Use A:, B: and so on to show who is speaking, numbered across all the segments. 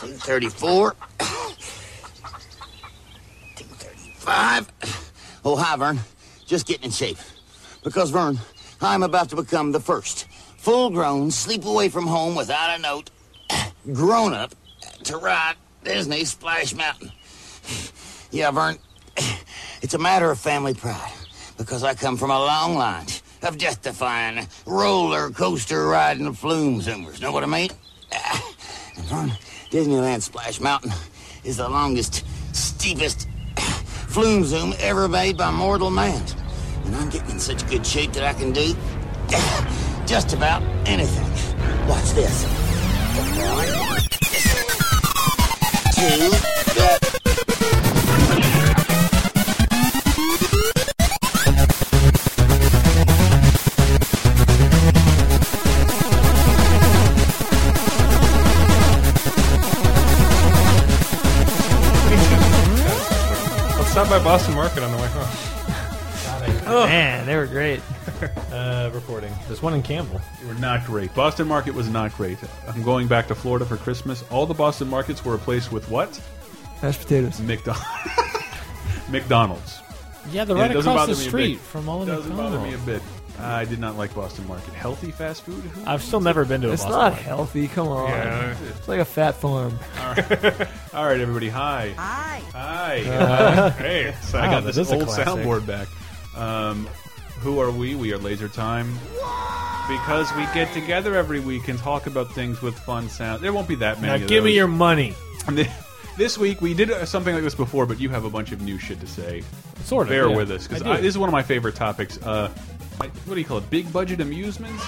A: 234. 235. Oh, hi, Vern. Just getting in shape. Because, Vern, I'm about to become the first full grown, sleep away from home without a note, grown up to ride Disney Splash Mountain. Yeah, Vern, it's a matter of family pride because I come from a long line of justifying roller coaster riding flume zoomers. Know what I mean? And Vern, Disneyland Splash Mountain is the longest, steepest flume zoom ever made by mortal man. And I'm getting in such good shape that I can do just about anything. Watch this. One, two,
B: I'll stop by Boston Market on the way home.
C: Man, they were great.
B: Uh, recording.
D: There's one in Campbell.
B: They were not great. Boston Market was not great. I'm going back to Florida for Christmas. All the Boston markets were replaced with what?
E: Mashed potatoes.
B: McDonald's. McDonald's.
D: Yeah, they're
B: Yeah, it
D: right
B: doesn't
D: across
B: bother
D: the
B: me a
D: street
B: bit.
D: from all the
B: Doesn't bother me a
D: McDonald's.
B: bit. I did not like Boston Market. Healthy fast food? Who-
D: I've still never been to a
E: It's
D: Boston
E: not
D: Market.
E: healthy. Come on.
C: Yeah.
E: It's like a fat farm.
B: All right, everybody. Hi.
F: Hi.
B: Hi. hey. So I
D: Uh, Wow,
B: got
D: that
B: this
D: is a
B: old
D: classic.
B: soundboard back. Um, who are we? We are Laser Time. Because we get together every week and talk about things with fun sound. There won't be that many.
D: Now
B: of
D: give me
B: those.
D: your money.
B: And then- This week we did uh, something like this before, but you have a bunch of new shit to say.
D: Sort of.
B: Bear
D: yeah.
B: with us because
D: I do.
B: this is one of my favorite topics. Uh, I- what do you call it? Big budget amusements,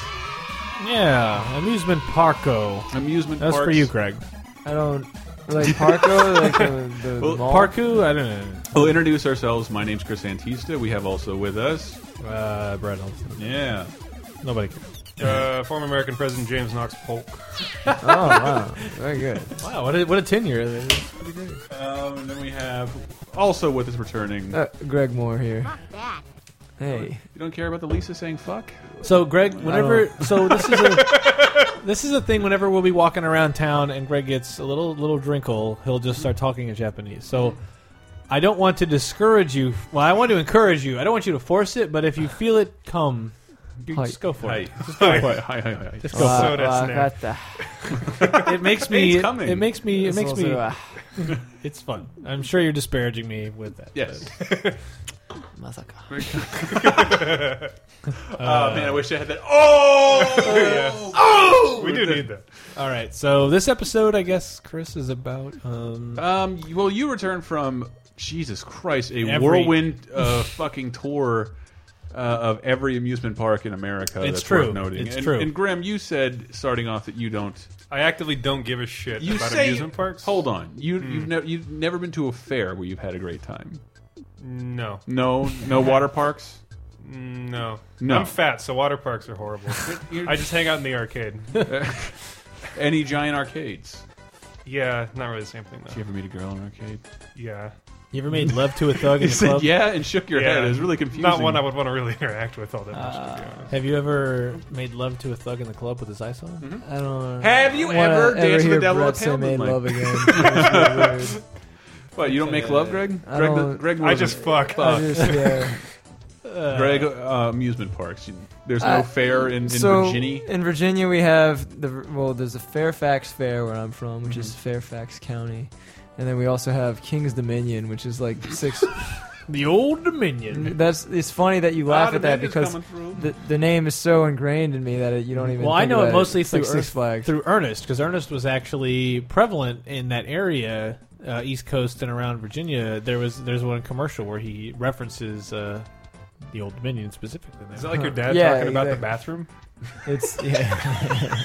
D: yeah, amusement parko.
B: amusement.
D: That's
B: parks.
D: for you, Craig.
E: I don't like Parko, like the, the
B: Well,
E: mall.
D: Parku? I don't
B: We'll introduce ourselves. My name's Chris Antista. We have also with us,
D: know. Uh, Brad Olson.
B: yeah,
D: Nobody cares.
G: Uh, former American President James Knox Polk.
E: Oh wow, very good.
D: Wow, what a, what a tenure. That is.
B: um, and then we have also with us returning.
E: Uh, Greg Moore here.
F: That.
E: Hey,
B: you don't care about the Lisa saying fuck?
D: So Greg, whenever so this is a this is a thing. Whenever we'll be walking around town and Greg gets a little little drinkle, he'll just start talking in Japanese. So I don't want to discourage you. Well, I want to encourage you. I don't want you to force it, but if you feel it, come. You
E: Hi.
D: just go for
B: Hi,
D: it.
B: hi, hi, hi, hi.
D: Just go for
G: soda
E: Wa-
G: snack.
E: wakata.
D: it. It makes me.
B: It's coming.
D: It makes me. It makes me.
E: Sosuwa.
D: It's fun. I'm sure you're disparaging me with that.
B: Yes.
E: Masaka.
B: oh man, I wish I had that. Oh,
G: We do need that.
D: All right. So this episode, I guess, Chris is about. Um,
B: Um, well, you return from Jesus Christ, a
D: Every-
B: whirlwind uh, fucking tour uh, of every amusement park in America.
D: It's
B: that's
D: true.
B: Worth noting.
D: It's
B: and,
D: true.
B: And Graham, you said starting off that you don't.
G: I actively don't give a shit
B: You
G: about
B: say
G: amusement parks.
B: Hold on, you you've never you've never been to a fair where you've had a great time.
G: No,
B: No, no water parks.
G: no,
B: No.
G: I'm fat, so water parks are horrible.
B: You're-
G: I just hang out in the arcade.
B: Any giant arcades.
G: yeah, not really the same thing
B: Did you
G: though.
B: ever meet a girl in an arcade?
G: Yeah,
D: you ever made love to a thug in
B: You
D: the
B: said
D: club?
B: yeah and shook your
G: yeah,
B: head. It was really confusing.
G: Not one I would want to really interact with all that much. to be honest.
D: Have you ever made love to a thug in the club with his eyes on?
E: I don't.
B: Have you
E: wanna
B: ever danced
E: hear
B: with Devil
E: Brett
B: with
E: say made
B: Hamlin? Like,
E: love again? That's weird.
B: What, you don't make love, Greg?
E: I
B: Greg,
E: don't-
B: Greg
G: I
B: wasn't-
G: just fuck.
B: Uh,
E: I just, yeah.
B: Greg, uh, amusement parks. You- There's no
E: Uh,
B: fair in, in
E: so
B: Virginia.
E: in Virginia, we have the well. There's a Fairfax Fair where I'm from, which
B: Mm-hmm.
E: is Fairfax County, and then we also have King's Dominion, which is like six.
D: The Old Dominion.
E: that's it's funny that
B: Uh,
E: you laugh at that because
B: the,
E: the, the name is so ingrained in me that it, you don't even.
D: Well, I
E: think
D: know
E: about
D: it mostly
E: It's
D: through
E: like Six
D: Earth-
E: Flags.
D: Through Ernest, because Ernest was actually prevalent in that area, uh, East Coast and around Virginia. There was there's one commercial where he references uh, the Old Dominion specifically. There.
G: Is that like your dad
E: Yeah,
G: talking about the
E: exactly.
G: bathroom?
E: It's yeah.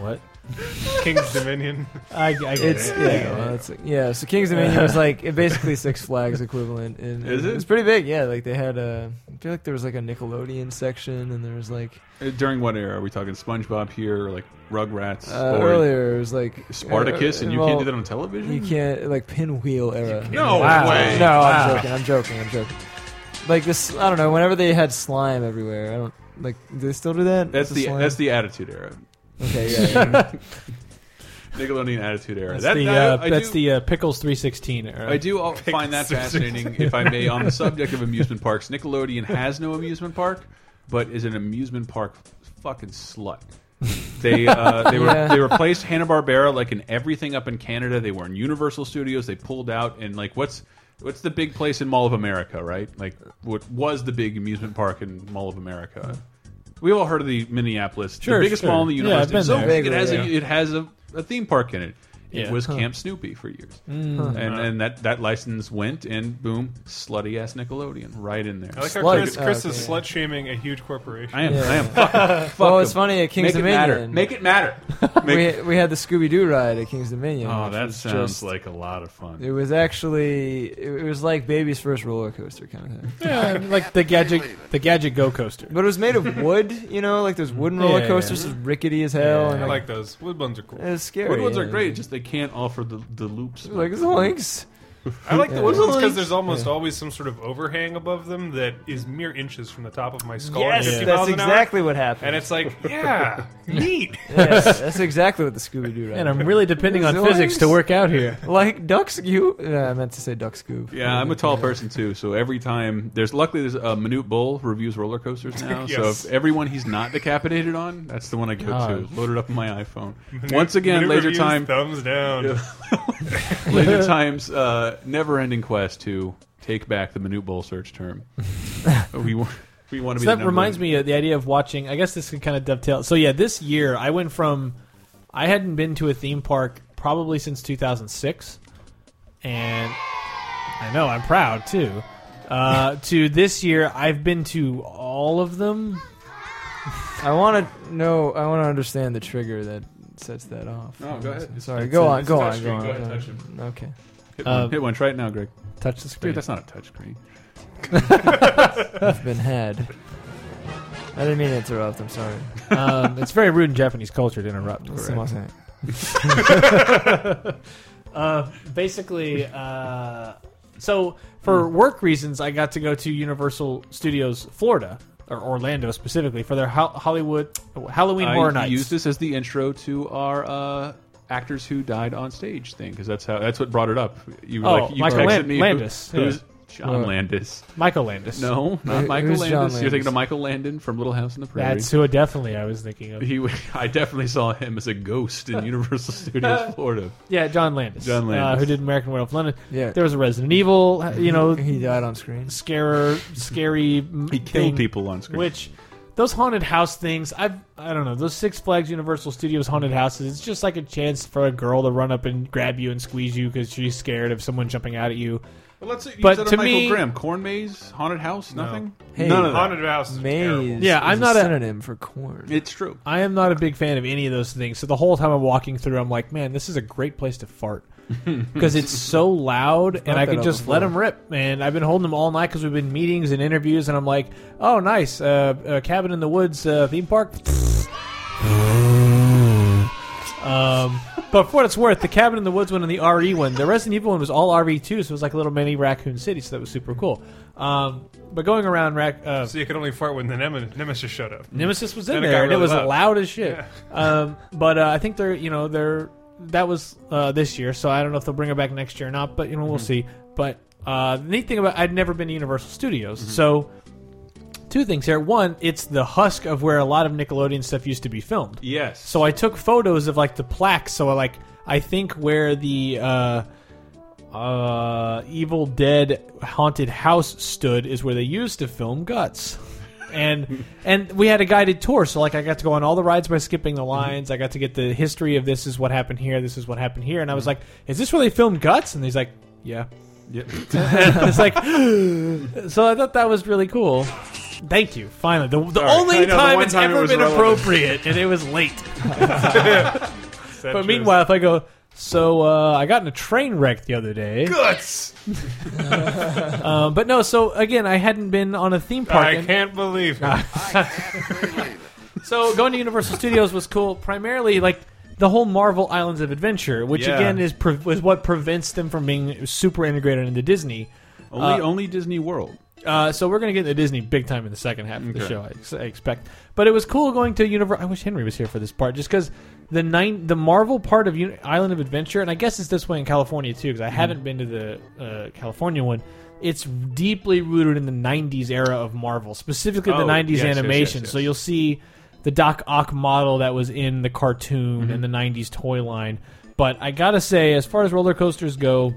D: What?
G: King's Dominion.
D: I, I get
E: It's
D: it.
E: yeah, well, it's, yeah. So Kings Dominion was like it basically Six Flags equivalent. And,
B: Is it?
E: It's pretty big. Yeah, like they had a. I feel like there was like a Nickelodeon section, and there was like
B: Uh, During what era? Are we talking SpongeBob here, or like Rugrats?
E: uh,
B: or
E: earlier it was like
B: Spartacus, and you
E: well,
B: can't do that on television?
E: You can't like pinwheel era.
B: No
D: Wow.
B: way.
E: No,
D: Wow.
E: I'm joking. I'm joking. I'm joking. Like this, I don't know. Whenever they had slime everywhere, I don't like. Do they still do that?
B: That's the
E: slime?
B: that's the attitude era.
E: okay. Yeah. yeah.
B: Nickelodeon Attitude Era.
D: That's
B: That-
D: the
B: that-
D: uh,
B: I
D: that's
B: do-
D: the uh, pickles three sixteen era.
B: I do all find that fascinating, if I may, on the subject of amusement parks. Nickelodeon has no amusement park, but is an amusement park fucking slut. They uh, they
E: Yeah.
B: were they replaced Hanna Barbera like in everything up in Canada. They were in Universal Studios. They pulled out and like what's what's the big place in Mall of America, right? Like what was the big amusement park in Mall of America? We all heard of the Minneapolis,
D: Sure,
B: the biggest
D: sure.
B: mall in the
D: Yeah,
B: universe.
D: I've been
B: It's so
D: there.
B: big, it
E: Vaguely,
B: has
E: yeah.
B: a, it has a, a theme park in it. It
D: Yeah.
B: was Camp Snoopy for years, and and that that license went, and boom, slutty ass Nickelodeon right in there.
G: I like how
E: Slut.
G: Chris, Chris
E: Okay.
G: is slut shaming a huge corporation.
B: I am,
E: Yeah.
B: I am. Fucking,
E: Well,
B: fuck
E: it's
B: 'em.
E: funny at King's
B: Make it matter.
E: Dominion.
B: Make it matter. Make-
E: we, we had the Scooby Doo ride at King's Dominion.
B: oh,
E: which
B: that
E: was
B: sounds
E: just-
B: like a lot of fun.
E: It was actually it was like baby's first roller coaster kind of thing,
D: Yeah, like the gadget the gadget go coaster.
E: but it was made of wood. You know, like those wooden roller
D: Yeah.
E: coasters, just rickety as hell,
D: Yeah.
E: and
G: I
E: like,
G: like those. Wood ones are cool.
E: it was scary.
B: Wood ones are
E: yeah.
B: great. Just they can't offer the the loops.
E: like zoinks.
G: I like the wood
E: Yeah.
G: ones because there's almost always some sort of overhang above them that is mere inches from the top of my skull. at
E: Yes,
G: 50
E: that's
G: miles an hour.
E: exactly what happened.
G: And it's like, yeah, neat.
E: Yeah, that's exactly what the Scooby Doo ride.
D: And I'm really depending on
E: Zoinks.
D: physics to work out here.
E: like Duck Scoop. Yeah, I meant to say Duck Scoop.
B: Yeah, I'm a tall person too, so every time there's luckily there's a Manute Bull reviews roller coasters now.
G: Yes.
B: So if everyone he's not decapitated on, that's the one I go to.
D: God.
B: Loaded up on my iPhone. Once again,
G: New
B: laser
G: reviews,
B: time,
G: Thumbs down.
B: laser times, uh, never ending quest to take back the Manute Bull search term. we wa- we want to be. the
D: So that
B: number
D: reminds
B: one.
D: me of the idea of watching. I guess this can kind of dovetail. So yeah, this year I went from I hadn't been to a theme park probably since 2006, and I know I'm proud too. Uh, to this year, I've been to all of them.
E: I want to know. I want to understand the trigger that sets that off.
B: No, go ahead.
E: Sorry,
B: It's-
E: go
B: it's-
E: on,
B: it's
E: go
B: touch
E: on, go
B: screen.
E: on.
B: Go ahead,
E: go
B: touch
E: on. Okay.
B: Hit,
D: Uh,
B: one, hit one try it now, Greg.
D: Touch the screen.
B: Dude, that's not a touchscreen.
E: I've been had. I didn't mean to interrupt. I'm sorry.
D: um, it's very rude in Japanese culture to interrupt.
E: Sumasen.
D: Uh, basically, uh, so
B: Hmm.
D: for work reasons, I got to go to Universal Studios Florida or Orlando specifically for their Ho- Hollywood Halloween Horror
B: I
D: Nights.
B: use this as the intro to our uh, actors who died on stage thing because that's how that's what brought it up. You were
D: Oh,
B: like you
D: Michael
B: texted
D: Land-
B: me
D: Landis,
B: Who,
D: yeah. Uh,
B: who's John
E: What?
B: Landis?
D: Michael Landis.
B: No, not
E: Who-
B: Michael
E: who's
B: Landis.
E: John
B: You're
E: Landis?
B: thinking of Michael Landon from Little House on the Prairie.
D: that's who definitely I was thinking of.
B: he, I definitely saw him as a ghost in Universal Studios Florida.
D: Yeah, John Landis.
B: John Landis.
D: uh, who did American Werewolf in London.
E: Yeah.
D: There was a Resident Evil, you know,
E: He died on screen.
D: scare, scary.
B: Mm-hmm. He killed people on screen.
D: Which those haunted house things, I've I don't know, those Six Flags Universal Studios haunted houses, it's just like a chance for a girl to run up and grab you and squeeze you because she's scared of someone jumping out at you.
B: Well, let's use
D: But
B: that on
D: to
B: Michael
D: me-
B: Grimm, corn maze, haunted house, nothing.
E: Hey,
B: None of that.
G: Haunted house is terrible.
E: Maze.
D: Yeah,
E: is
D: I'm not
E: a
D: a-
E: synonym for corn.
B: It's true.
D: I am not a big fan of any of those things. So the whole time I'm walking through, I'm like, man, this is a great place to fart because it's so loud, and
E: not
D: I
E: that
D: can
E: up
D: just let
E: before.
D: them rip. And I've been holding them all night because we've been meetings and interviews, and I'm like, oh, nice, uh, uh, cabin in the woods uh, theme park. Um, but for what it's worth, the cabin in the woods one and the RE one, the Resident Evil one was all RE two, so it was like a little mini Raccoon City, so that was super cool. Um, but going around rac- uh,
G: So you could only fart when the nem- nemesis showed up.
D: Nemesis was in
G: And it Mm. got
D: there, and it
G: really
D: was
G: loud.
D: loud, as shit. Um, but uh, I think they're, you know, they're that was uh, this year, so I don't know if they'll bring it back next year or not. But you know, we'll
G: Mm-hmm.
D: see. But uh, the neat thing about I'd never been to Universal Studios,
G: Mm-hmm.
D: so two things here. One, it's the husk of where a lot of Nickelodeon stuff used to be filmed.
B: Yes.
D: So I took photos of like the plaques. So like I think where the uh, uh, Evil Dead haunted house stood is where they used to film Guts. And and we had a guided tour, so like I got to go on all the rides by skipping the
G: Mm-hmm.
D: lines. I got to get the history of this is what happened here, this is what happened here, and I was
G: Mm-hmm.
D: like, "Is this where they filmed Guts?" And he's like, "Yeah."
B: Yep.
D: it's like, so I thought that was really cool. Thank you. Finally, the, the
G: Sorry. I
D: only
G: know, the
D: time
G: one
D: it's
G: time it
D: ever
G: was
D: been
G: relevant.
D: appropriate, and it was late.
G: That
D: But
G: just-
D: meanwhile, if I go, so uh, I got in a train wreck the other day.
G: guts.
D: Um, but no, so again, I hadn't been on a theme park.
G: I
D: and-
G: can't believe it.
D: so going to Universal Studios was cool. Primarily, like the whole Marvel Islands of Adventure, which
B: Yeah.
D: again is pre- is what prevents them from being super integrated into Disney.
B: Only,
D: Uh,
B: only Disney World.
D: Uh, so we're gonna get into Disney big time in the second half of the show, I, ex- I expect. But it was cool going to Universal. I wish Henry was here for this part, just because the nine, the Marvel part of Uni- Island of Adventure, and I guess it's this way in California too, because I
G: Mm-hmm.
D: haven't been to the uh, California one. It's deeply rooted in the '90s era of Marvel, specifically
G: Oh,
D: the '90s
G: yes, yes,
D: animation.
G: yes, yes.
D: So you'll see the Doc Ock model that was in the cartoon
G: Mm-hmm.
D: and the '90s toy line. But I gotta say, as far as roller coasters go,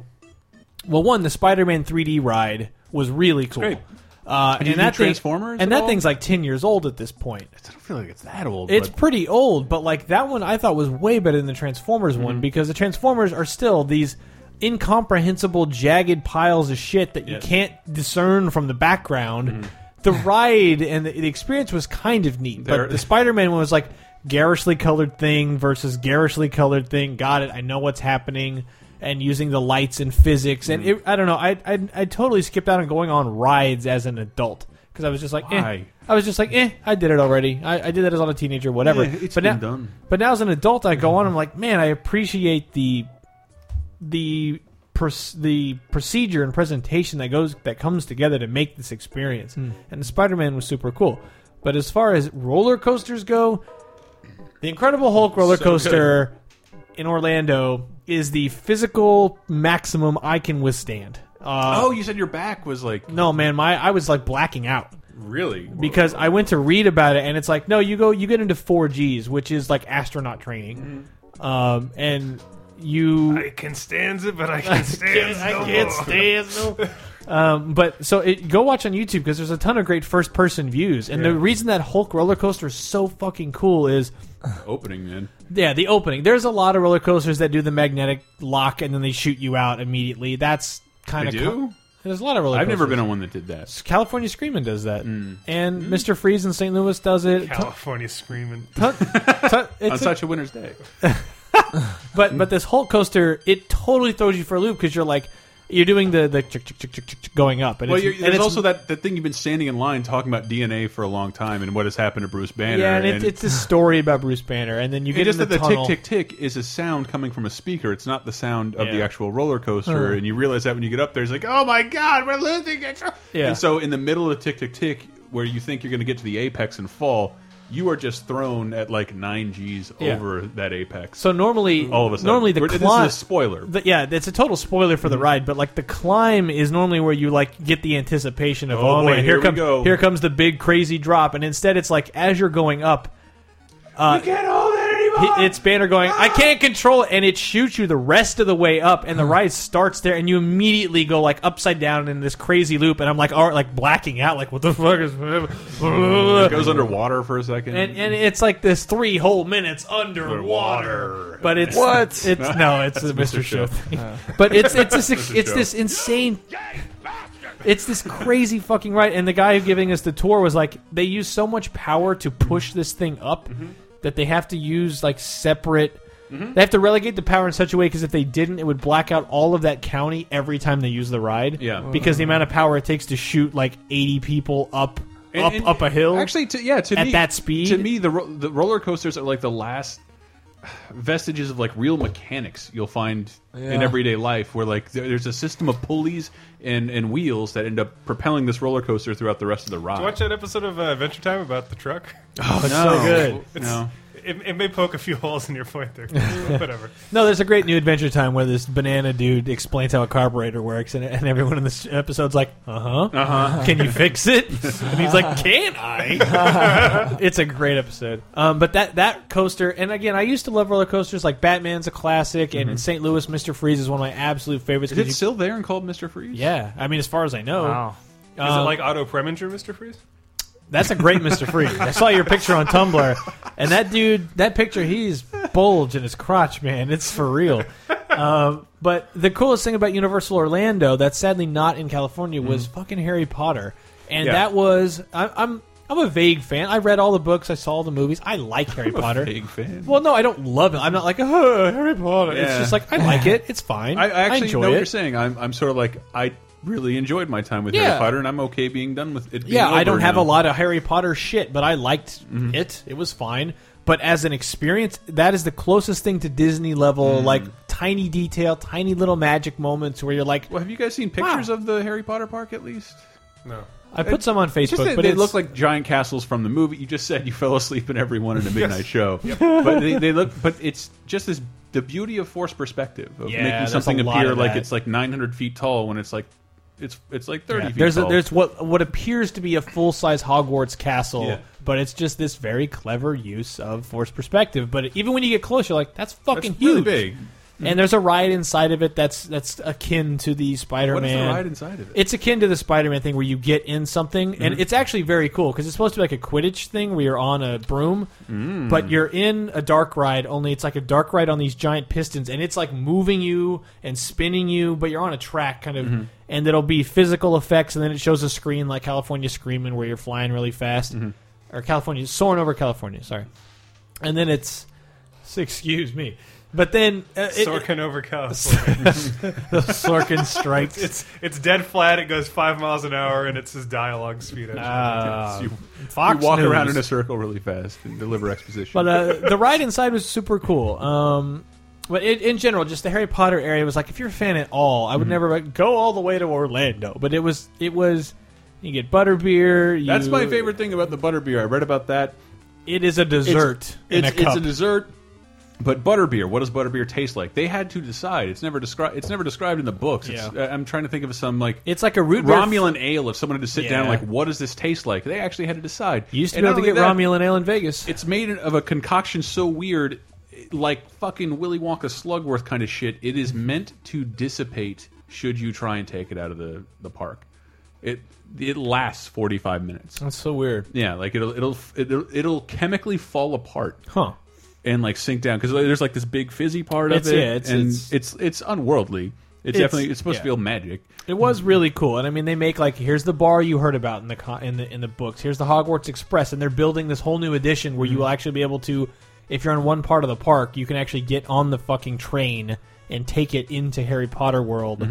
D: well, one, the Spider-Man 3D ride was really cool.
B: Great.
D: Uh,
B: you
D: and
B: do
D: that thing-
B: Transformers
D: and
B: at
D: that
B: all?
D: thing's like ten years old at this point.
B: I don't feel like it's that old.
D: It's
B: but-
D: pretty old, but like that one, I thought was way better than the Transformers
B: Mm-hmm.
D: one because the Transformers are still these incomprehensible, jagged piles of shit that you
B: Yes. Mm-hmm.
D: can't discern from the background. The ride and the, the experience was kind of neat,
B: There-
D: but the Spider-Man one was like garishly colored thing versus garishly colored thing. Got it? I know what's happening. And using the lights and physics, and
B: Mm-hmm.
D: it, I don't know, I, I I totally skipped out on going on rides as an adult because I was just like, eh.
B: Why?
D: I was just like, eh, I did it already. I, I did that as on a teenager, whatever.
B: Yeah, it's
D: but
B: been
D: now,
B: done.
D: But now as an adult, I go on. I'm like, man, I appreciate the the pers- the procedure and presentation that goes that comes together to make this experience.
B: Hmm.
D: And Spider-Man was super cool. But as far as roller coasters go, the Incredible Hulk roller
G: So
D: coaster in Orlando is the physical maximum I can withstand. Uh,
B: oh, you said your back was like
D: no, man, my I was like blacking out
B: really
D: because I went to read about it, and it's like, no, you go, you get into four Gs, which is like astronaut training,
B: Mm-hmm.
D: um, and you,
G: I can stand it, but I can stand
D: I
G: no
D: can't
G: more.
D: stand no. um, but so it, go watch on YouTube because there's a ton of great first person views, and the reason that Hulk roller coaster is so fucking cool is
B: opening man.
D: yeah, the opening. There's a lot of roller coasters that do the magnetic lock and then they shoot you out immediately. That's kind
B: I
D: of
B: do.
D: there's a lot of roller.
B: I've never
D: coasters.
B: been Mm. Hmm? on one that did that.
D: California Screaming does that, and Mr. Freeze in St. Louis does it.
G: California screaming.
D: Ton- ton- it's
B: On
D: a-
B: such a winter's day. Hmm.
D: but but this Hulk coaster, it totally throws you for a loop because you're like you're doing the the chick, chick, chick, chick, chick, chick going up, and
B: Well,
D: it's,
B: you're,
D: and
B: there's
D: it's-
B: also that, that thing you've been standing in line talking about DNA for a long time and what has happened to Bruce Banner.
D: yeah, and it's, it's this story about Bruce Banner, and then you
B: and
D: get
B: just
D: in the
B: that the
D: tunnel.
B: tick tick tick is a sound coming from a speaker. It's not the sound of the
D: Yeah.
B: actual roller coaster, and you realize that when you get up there, it's like, oh my god, we're losing it.
D: Yeah.
B: And so in the middle of tick tick tick, where you think you're going to get to the apex and fall, you are just thrown at like nine G's
D: Yeah.
B: over that apex.
D: So normally,
B: all of a sudden,
D: normally the
B: We're-
D: climb.
B: this is a spoiler.
D: the- yeah, it's a total spoiler for the
B: Hmm.
D: ride, but like the climb is normally where you like get the anticipation of
B: Oh,
D: oh,
B: boy, here
D: man, here,
B: we
D: comes
B: go."
D: here comes the big crazy drop, and instead it's like as you're going up, uh,
B: I can't hold it anymore.
D: He- it's Banner going, I can't control it, and it shoots you the rest of the way up, and the
B: Hmm.
D: ride starts there, and you immediately go like upside down in this crazy loop, and I'm like, all right, like blacking out, like what the fuck is,
B: It goes underwater for a second.
D: and and it's like this three whole minutes underwater, but it's
E: What?
D: It's no, it's the Mr.
B: Mr.
D: Show
B: Show.
D: thing, but it's it's this it's
B: Show.
D: this insane. It's this crazy fucking ride, and the guy who giving us the tour was like, they use so much power to push this thing up
B: Mm-hmm.
D: that they have to use like separate. They have to relegate the power in such a way because if they didn't, it would black out all of that county every time they use the ride.
B: Yeah.
D: because the amount of power it takes to shoot like eighty people up
B: And-
D: up
B: and-
D: up a hill.
B: Actually, to, yeah, to
D: At
B: me,
D: that speed?
B: to me, the ro the roller coasters are like the last vestiges of like real mechanics you'll find in
E: Yeah.
B: everyday life, where like there, there's a system of pulleys and and wheels that end up propelling this roller coaster throughout the rest of the ride.
G: Watch that episode of uh, Adventure Time about the truck.
B: oh, it's
D: so good.
B: No.
G: It, it may poke a few holes in your point there. but Whatever.
D: No, there's a great new Adventure Time where this banana dude explains how a carburetor works, and, and everyone in this episode's like, "Uh huh, uh
B: Uh-huh.
D: huh, can you fix it?" And he's like, "Can I?" it's a great episode. Um, but that that coaster, and again, I used to love roller coasters. Like Batman's a classic, and in St. Louis, Mister Freeze is one of my absolute favorites.
B: Mm-hmm. Is
D: 'cause
B: it
D: you-
B: still there and called Mr. Freeze?
D: yeah, I mean, as far as I know,
C: Wow.
G: Is it
D: Um,
G: like Otto Preminger, Mr. Freeze?
D: that's a great Mister Freeze. I saw your picture on Tumblr, and that dude, that picture, he's bulge in his crotch, man. It's for real. Um, but the coolest thing about Universal Orlando, that's sadly not in California, was fucking Harry Potter, and
B: Mm-hmm. Yeah.
D: that was I, I'm I'm a vague fan. I read all the books, I saw all the movies. I like Harry Potter.
B: Big fan.
D: Well, no, I don't love it. I'm not like oh, Harry Potter. It's
B: Yeah.
D: just like I like it. It's fine.
B: I, I actually
D: enjoy
B: know what
D: it.
B: you're saying. I'm, I'm sort of like I really enjoyed my time with Harry
D: Yeah.
B: Potter, and I'm okay being done with it. Being
D: yeah, I
B: over
D: don't have
B: now. Mm-hmm.
D: a lot of Harry Potter shit, but I liked it. It was fine. But as an experience, that is the closest thing to Disney
B: Mm.
D: level, like tiny detail, tiny little magic moments where you're like,
B: Well, have you guys seen pictures of the Harry Potter park at least?
G: No.
D: I put some on Facebook,
B: It's just that
D: but
B: they
D: it's,
B: look like giant castles from the movie. You just said you fell asleep in every one in a midnight show, but they, they look. But it's just this the beauty of forced perspective of
D: Yeah,
B: making
D: there's
B: something
D: a lot
B: appear
D: of
B: like
D: that.
B: it's like 900 feet tall when it's like it's it's like 30 feet
D: there's a,
B: tall.
D: there's what what appears to be a full size Hogwarts castle,
B: Yeah.
D: but it's just this very clever use of forced perspective. But even when you get close, you're like, that's
B: That's
D: fucking
B: really
D: huge.
B: big. Mm-hmm.
D: And there's a ride inside of it that's that's akin to the
B: What
D: Spider-Man.
B: is the ride inside of it?
D: It's akin to the Spider-Man thing where you get in something, and it's actually very cool because it's supposed to be like a Quidditch thing where you're on a broom, but you're in a dark ride. Only it's like a dark ride on these giant pistons, and it's like moving you and spinning you, but you're on a track kind of, and it'll be physical effects, and then it shows a screen like California Screaming where you're flying really fast, or California soaring over California. Sorry, and then it's excuse me. But then uh, it-
G: Sorkin over California.
D: the Sorkin strikes.
G: it's it's dead flat. It goes five miles an hour, and it's his dialogue speed.
D: Uh,
B: you,
D: Fox
B: you walk
D: News.
B: around in a circle really fast and deliver exposition.
D: But uh, the ride inside was super cool. Um, but it, in general, just the Harry Potter area was like, if you're a fan at all, I would
B: Mm-hmm.
D: never like, go all the way to Orlando. But it was, it was, you get butterbeer. You,
B: That's my favorite thing about the butterbeer. I read about that.
D: It is a dessert in
B: It's,
D: a cup.
B: it's a dessert. But butterbeer, what does butterbeer taste like? They had to decide. It's never described. It's never described in the books. It's,
D: Yeah.
B: uh, I'm trying to think of some like
D: It's like a root beer
B: Romulan ale. If someone had to sit down,
D: Yeah.
B: like, what does this taste like? They actually had to decide.
D: You used to
B: And
D: be able
B: not
D: to get
B: only that,
D: Romulan ale in Vegas.
B: It's made of a concoction so weird, like fucking Willy Wonka Slugworth kind of shit. It is meant to dissipate should you try and take it out of the the park. It it lasts 45 minutes.
D: That's so weird,
B: Yeah, like it'll it'll it'll, it'll chemically fall apart
D: huh?
B: and like sink down because there's like this big fizzy part
D: It's-
B: of it,
D: yeah, it's-
B: and
D: it's-
B: it's it's, unworldly. It's,
D: It's-
B: definitely it's supposed to
D: yeah.
B: feel magic.
D: It was really cool, and I mean, they make like here's the bar you heard about in the co in the in the books. Here's the Hogwarts Express, and they're building this whole new edition where you will actually be able to, if you're in one part of the park, you can actually get on the fucking train and take it into Harry Potter world,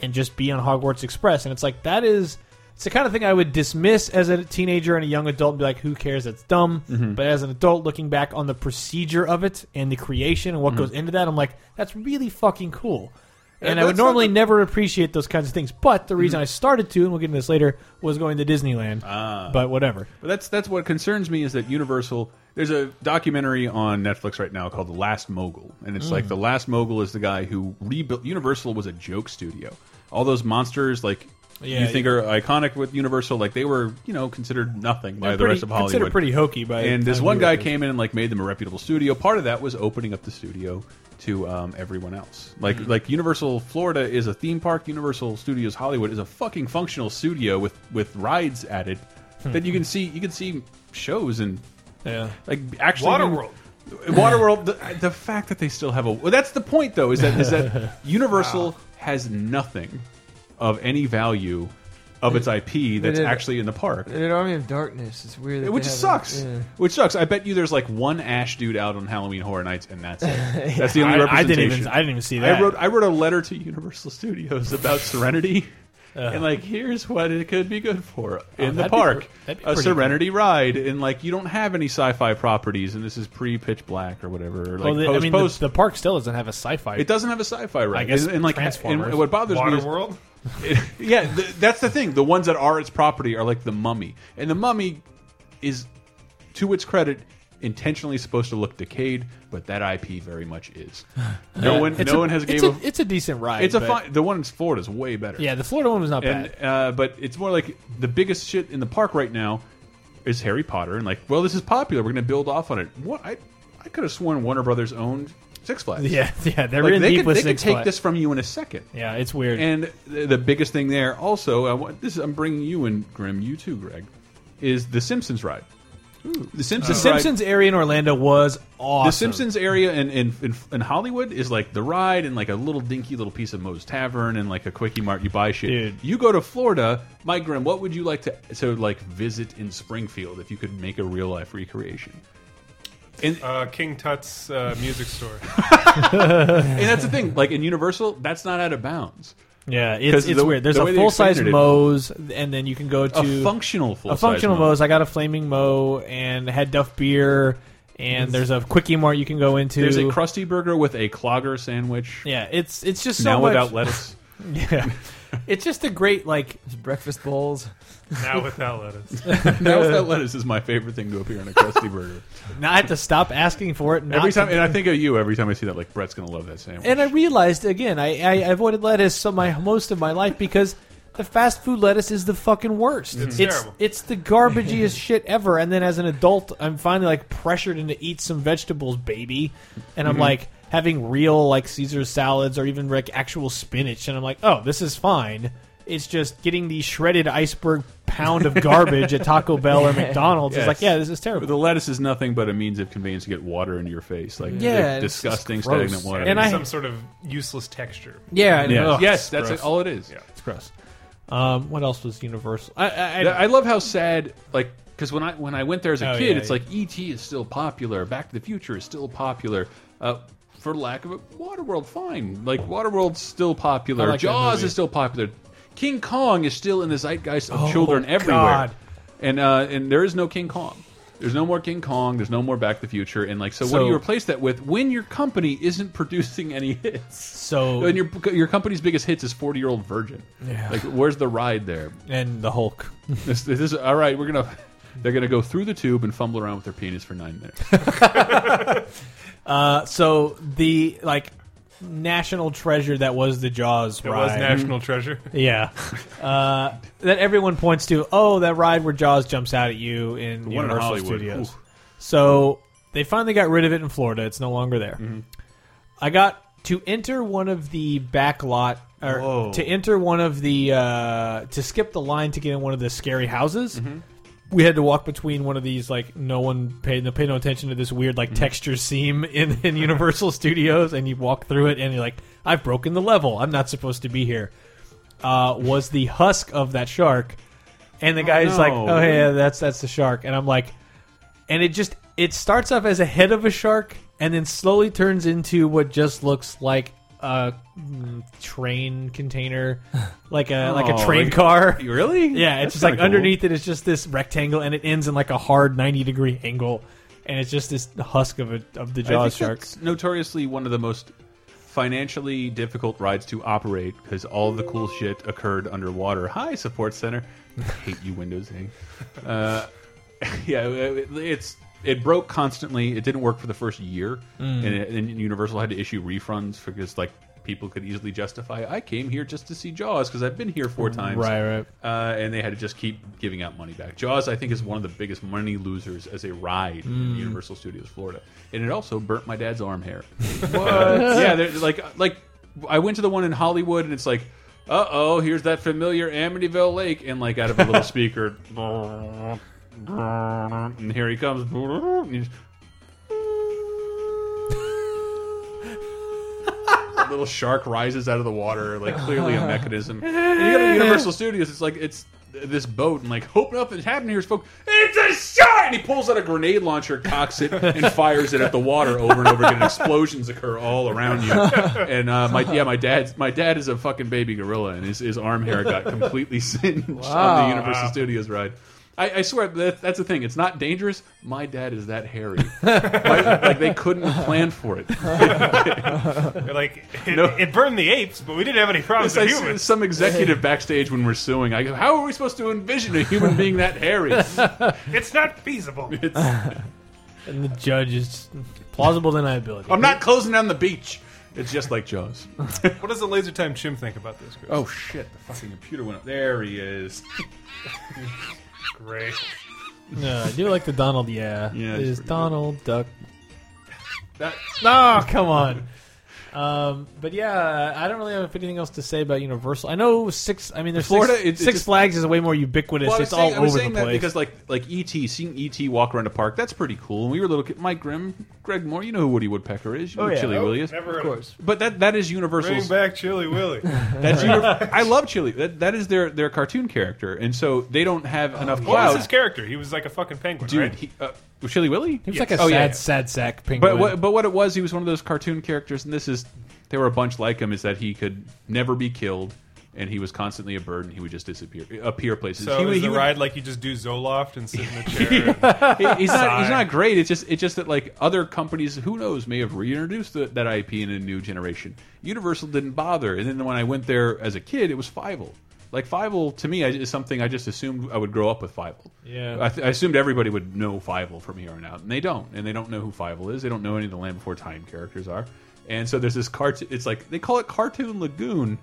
D: and just be on Hogwarts Express. And it's like that is it's the kind of thing I would dismiss as a teenager and a young adult and be like, who cares? That's dumb. But as an adult, looking back on the procedure of it and the creation and what goes into that, I'm like, that's really fucking cool. And I would
B: that's not
D: normally
B: the-
D: never appreciate those kinds of things. But the
B: Mm-hmm.
D: reason I started to, and we'll get into this later, was going to Disneyland.
B: Ah.
D: but whatever.
B: But that's that's what concerns me is that Universal. There's a documentary on Netflix right now called The Last Mogul, and it's
D: Mm.
B: like the last mogul is the guy who rebuilt Universal was a joke studio. All those monsters, like
D: Yeah,
B: you think are iconic with Universal, like they were you know considered nothing by
D: They're
B: the
D: pretty-
B: rest of Hollywood.
D: Considered pretty hokey by the
B: and this
D: time
B: one
D: we were
B: guy
D: kids.
B: came in and like made them a reputable studio. Part of that was opening up the studio to um, everyone else. Like like Universal Florida is a theme park. Universal Studios Hollywood is a fucking functional studio with with rides added that you can see you can see shows and
D: Yeah.
B: like actually
G: Waterworld.
B: Waterworld. The, the fact that they still have a well, that's the point though is that is that Universal has nothing of any value of its IP that's
E: did-
B: actually in the park.
E: An army of darkness. It's weird. that
B: Which
E: they
B: sucks.
E: haven't-
B: Which sucks. I bet you there's like one Ash dude out on Halloween Horror Nights, and that's it. That's the only
D: I, I
B: representation.
D: didn't even I didn't even see that.
B: I wrote I wrote a letter to Universal Studios about Serenity, and like here's what it could be good for in the
D: Uh. Oh, that'd be
B: park,
D: pre- that'd be
B: a
D: pretty
B: Serenity ride, and like you don't have any sci-fi properties, and this is pre Pitch Black or whatever. Or, like
D: Well, the-
B: post
D: I mean, the-
B: post,
D: the, park still doesn't have a sci-fi.
B: it doesn't have a sci-fi ride.
D: I guess
B: and, and, like
D: Transformers.
B: and what bothers me is
G: Waterworld.
B: yeah, th that's the thing. The ones that are its property are like the mummy, and the mummy is, to its credit, intentionally supposed to look decayed, but that IP very much is. No one,
D: It's
B: no
D: a-
B: one has
D: it's
B: gave a.
D: a, It's a decent ride.
B: It's a
D: but-
B: fine. The one in Florida is way better.
D: Yeah, the Florida one was not bad.
B: and uh, but it's more like the biggest shit in the park right now is Harry Potter, and like, well, this is popular. We're going to build off on it. What I, I could have sworn Warner Brothers owned Six Flags.
D: Yeah, yeah, they're
B: Like,
D: in
B: they
D: deep
B: could,
D: with
B: they could
D: Six
B: take
D: Flags.
B: this from you in a second.
D: Yeah, it's weird.
B: And the, the biggest thing there, also, I want, this I'm bringing you in, Grim. You too, Greg. Is the Simpsons ride? The
D: the
B: Simpsons. ride-
D: Simpsons area in Orlando was awesome.
B: the Simpsons area in, in, in, in Hollywood is like the ride and like a little dinky little piece of Moe's Tavern and like a Quickie Mart. You buy shit.
D: Dude.
B: You go to Florida, my Grim. What would you like to so like visit in Springfield if you could make a real life recreation? And
G: Uh, King Tut's uh, music store.
B: and that's the thing. Like in Universal, that's not out of bounds.
D: Yeah,
B: 'Cause
D: it's, it's
B: the-
D: weird. There's
B: the
D: a
B: way they
D: full size
B: expanded it-
D: Moe's, and then you can go to
B: A functional full
D: a functional
B: Moe's.
D: Moe's. I got a flaming Moe and had Duff beer, and there's a Quickie Mart you can go into.
B: There's a crusty burger with a clogger sandwich.
D: yeah, it's it's just so
B: now
D: much.
B: without lettuce.
D: yeah, It's just a great like.
E: There's breakfast bowls.
G: Now without lettuce.
B: Now that lettuce is my favorite thing to appear in a crusty burger.
D: Now I have to stop asking for it. Not
B: Every
D: to-
B: time, and I think of you every time I see that. Like Brett's gonna love that sandwich.
D: And I realized again, I, I avoided lettuce so my most of my life because the fast food lettuce is the fucking worst. It's
G: terrible.
D: It's the garbagiest shit ever. And then as an adult, I'm finally like pressured into eat some vegetables, baby. And I'm like having real like Caesar salads or even like actual spinach, and I'm like, oh, this is fine. It's just getting the shredded iceberg pound of garbage at Taco Bell or McDonald's.
B: Yes.
D: It's like, yeah, this is terrible.
B: the lettuce is nothing but a means of conveyance to get water into your face, like
D: Yeah,
B: the
D: it's just
B: disgusting,
D: gross.
B: stagnant water.
D: And I-
G: some sort of useless texture.
D: yeah, and-
B: yes,
D: ugh,
B: yes
D: it's
B: that's
D: gross.
B: it, all it is.
G: Yeah.
D: It's gross. Um, what else was Universal? I, I, I,
B: I I love how sad, like, because when I when I went there as a
D: Oh,
B: kid,
D: yeah,
B: it's
D: yeah.
B: like ET is still popular, Back to the Future is still popular. Uh, for lack of a Waterworld, fine. Like Waterworld's still popular.
D: I like that
B: Jaws
D: movie.
B: is still popular. King Kong is still in the zeitgeist of
D: Oh,
B: children everywhere.
D: God.
B: And uh, and there is no King Kong. There's no more King Kong. There's no more Back to the Future. And like, so, what do
D: So-
B: you replace that with when your company isn't producing any hits?
D: so
B: And your your company's biggest hits is Forty Year Old Virgin. Yeah. Like, where's the ride there?
D: and the Hulk.
B: This, this is all right. We're gonna. They're gonna go through the tube and fumble around with their penis for nine minutes.
D: Uh, so the like national treasure that was the Jaws
G: It
D: ride.
G: was national treasure.
D: yeah, uh, that everyone points to. Oh, that ride where Jaws jumps out at you in
B: one in
D: Universal
B: Hollywood.
D: Studios.
B: Oof.
D: So they finally got rid of it in Florida. It's no longer there. I got to enter one of the back lot, or
B: Whoa.
D: to enter one of the uh, to skip the line to get in one of the scary houses. We had to walk between one of these like no one paid no pay no attention to this weird like texture seam in, in Universal Studios, and you walk through it and you're like, I've broken the level. I'm not supposed to be here. Uh, was the husk of that shark, and the guy's
B: no.
D: like, Oh hey, yeah, that's that's the shark, and I'm like and it just it starts off as a head of a shark and then slowly turns into what just looks like a mm, train container like a like a
B: Oh,
D: train
B: like-
D: car
B: really?
D: yeah it's just like underneath it it's just this rectangle and it ends in like a hard 90 degree angle and it's just this husk of a of the jaw shark
B: That's notoriously one of the most financially difficult rides to operate because all the cool shit occurred underwater. Hi, support center. I hate you, Windows. Hey. Uh, yeah, it- it's it broke constantly. It didn't work for the first year, and,
D: Mm.
B: it, and Universal had to issue refunds because like people could easily justify I came here just to see Jaws because I've been here four times.
D: Mm, right right
B: uh, and they had to just keep giving out money back. Jaws, I think, is one of the biggest money losers as a ride in
D: Mm.
B: Universal Studios Florida, and it also burnt my dad's arm hair. Uh, yeah, they're, like like I went to the one in Hollywood, and it's like. Uh oh! Here's that familiar Amityville Lake, and like out of a little speaker, and here he comes. And you just- A little shark rises out of the water, like clearly a mechanism. And you go to Universal Studios, it's like it's this boat, and like hope nothing's happened here, folks. It's a shark, and he pulls out a grenade launcher, cocks it, and fires it at the water over and over again. Explosions occur all around you. And uh, my yeah, my dad's my dad is a fucking baby gorilla, and his, his arm hair got completely singed on the Universal Studios ride. I, I swear that, that's the thing. It's not dangerous. My dad is that hairy. Like- like they couldn't have planned for it.
G: They're Like it,
B: No.
G: it burned the apes, but we didn't have any problems
B: It's
G: with
B: like
G: humans.
B: some executive backstage when we're suing. I go, how are we supposed to envision a human being that hairy?
G: It's not feasible.
B: It's,
D: and the judge is plausible deniability
B: I'm not closing down the beach. It's just like Jaws.
G: What does the laser time chim think about this? Chris?
B: Oh shit! The fucking computer went up. There he is.
G: great!
D: no, i do like the donald yeah,
B: Yeah,
D: it
B: it's
D: is
B: pretty good.
D: donald duck
B: That,
D: No, come on. Um, but yeah, I don't really have anything else to say about Universal. I know six. I mean, there's
B: Florida,
D: Six,
B: it- it
D: six
B: just-
D: Flags is way more ubiquitous.
B: Well, I was
D: it's all
B: saying- I was
D: over the
B: saying that
D: place.
B: because like like ET, seeing ET walk around a park, that's pretty cool. And we were little kid. Mike Grimm, Greg Moore, you know who Woody Woodpecker is. You know
D: Oh,
B: who
D: yeah.
B: Chili Willy is.
G: Never heard of course.
B: But that that is
G: Bring
B: Universal's
G: back Chili Willy.
B: That's your, I love Chili. That, that is their their cartoon character, and so they don't have enough
G: What was
B: clout.
G: his character? He was like a fucking penguin,
B: Dude,
G: right?
B: he, uh, Chili Willy.
D: he was like a
B: Oh,
D: sad,
B: yeah, yeah.
D: sad sack penguin.
B: But what, but what it was, he was one of those cartoon characters, and this is there were a bunch like him. Is that he could never be killed, and he was constantly a burden. He would just disappear, appear places.
G: So
B: he,
G: he,
B: would-
G: is
B: he
G: the
B: would-
G: ride like you just do Zoloft and sit in the chair.
B: he- he's not he's
G: Sigh.
B: not great. It's just it's just that like other companies, who knows, may have reintroduced the, that IP in a new generation. Universal didn't bother, and then when I went there as a kid, it was Fievel. Like Fievel to me I- is something I just assumed I would grow up with Fievel.
D: Yeah.
B: I, th I assumed everybody would know Fievel from here on out, and they don't. And they don't know who Fievel is. They don't know any of the Land Before Time characters are. And so there's this cartoon. It's like they call it Cartoon Lagoon,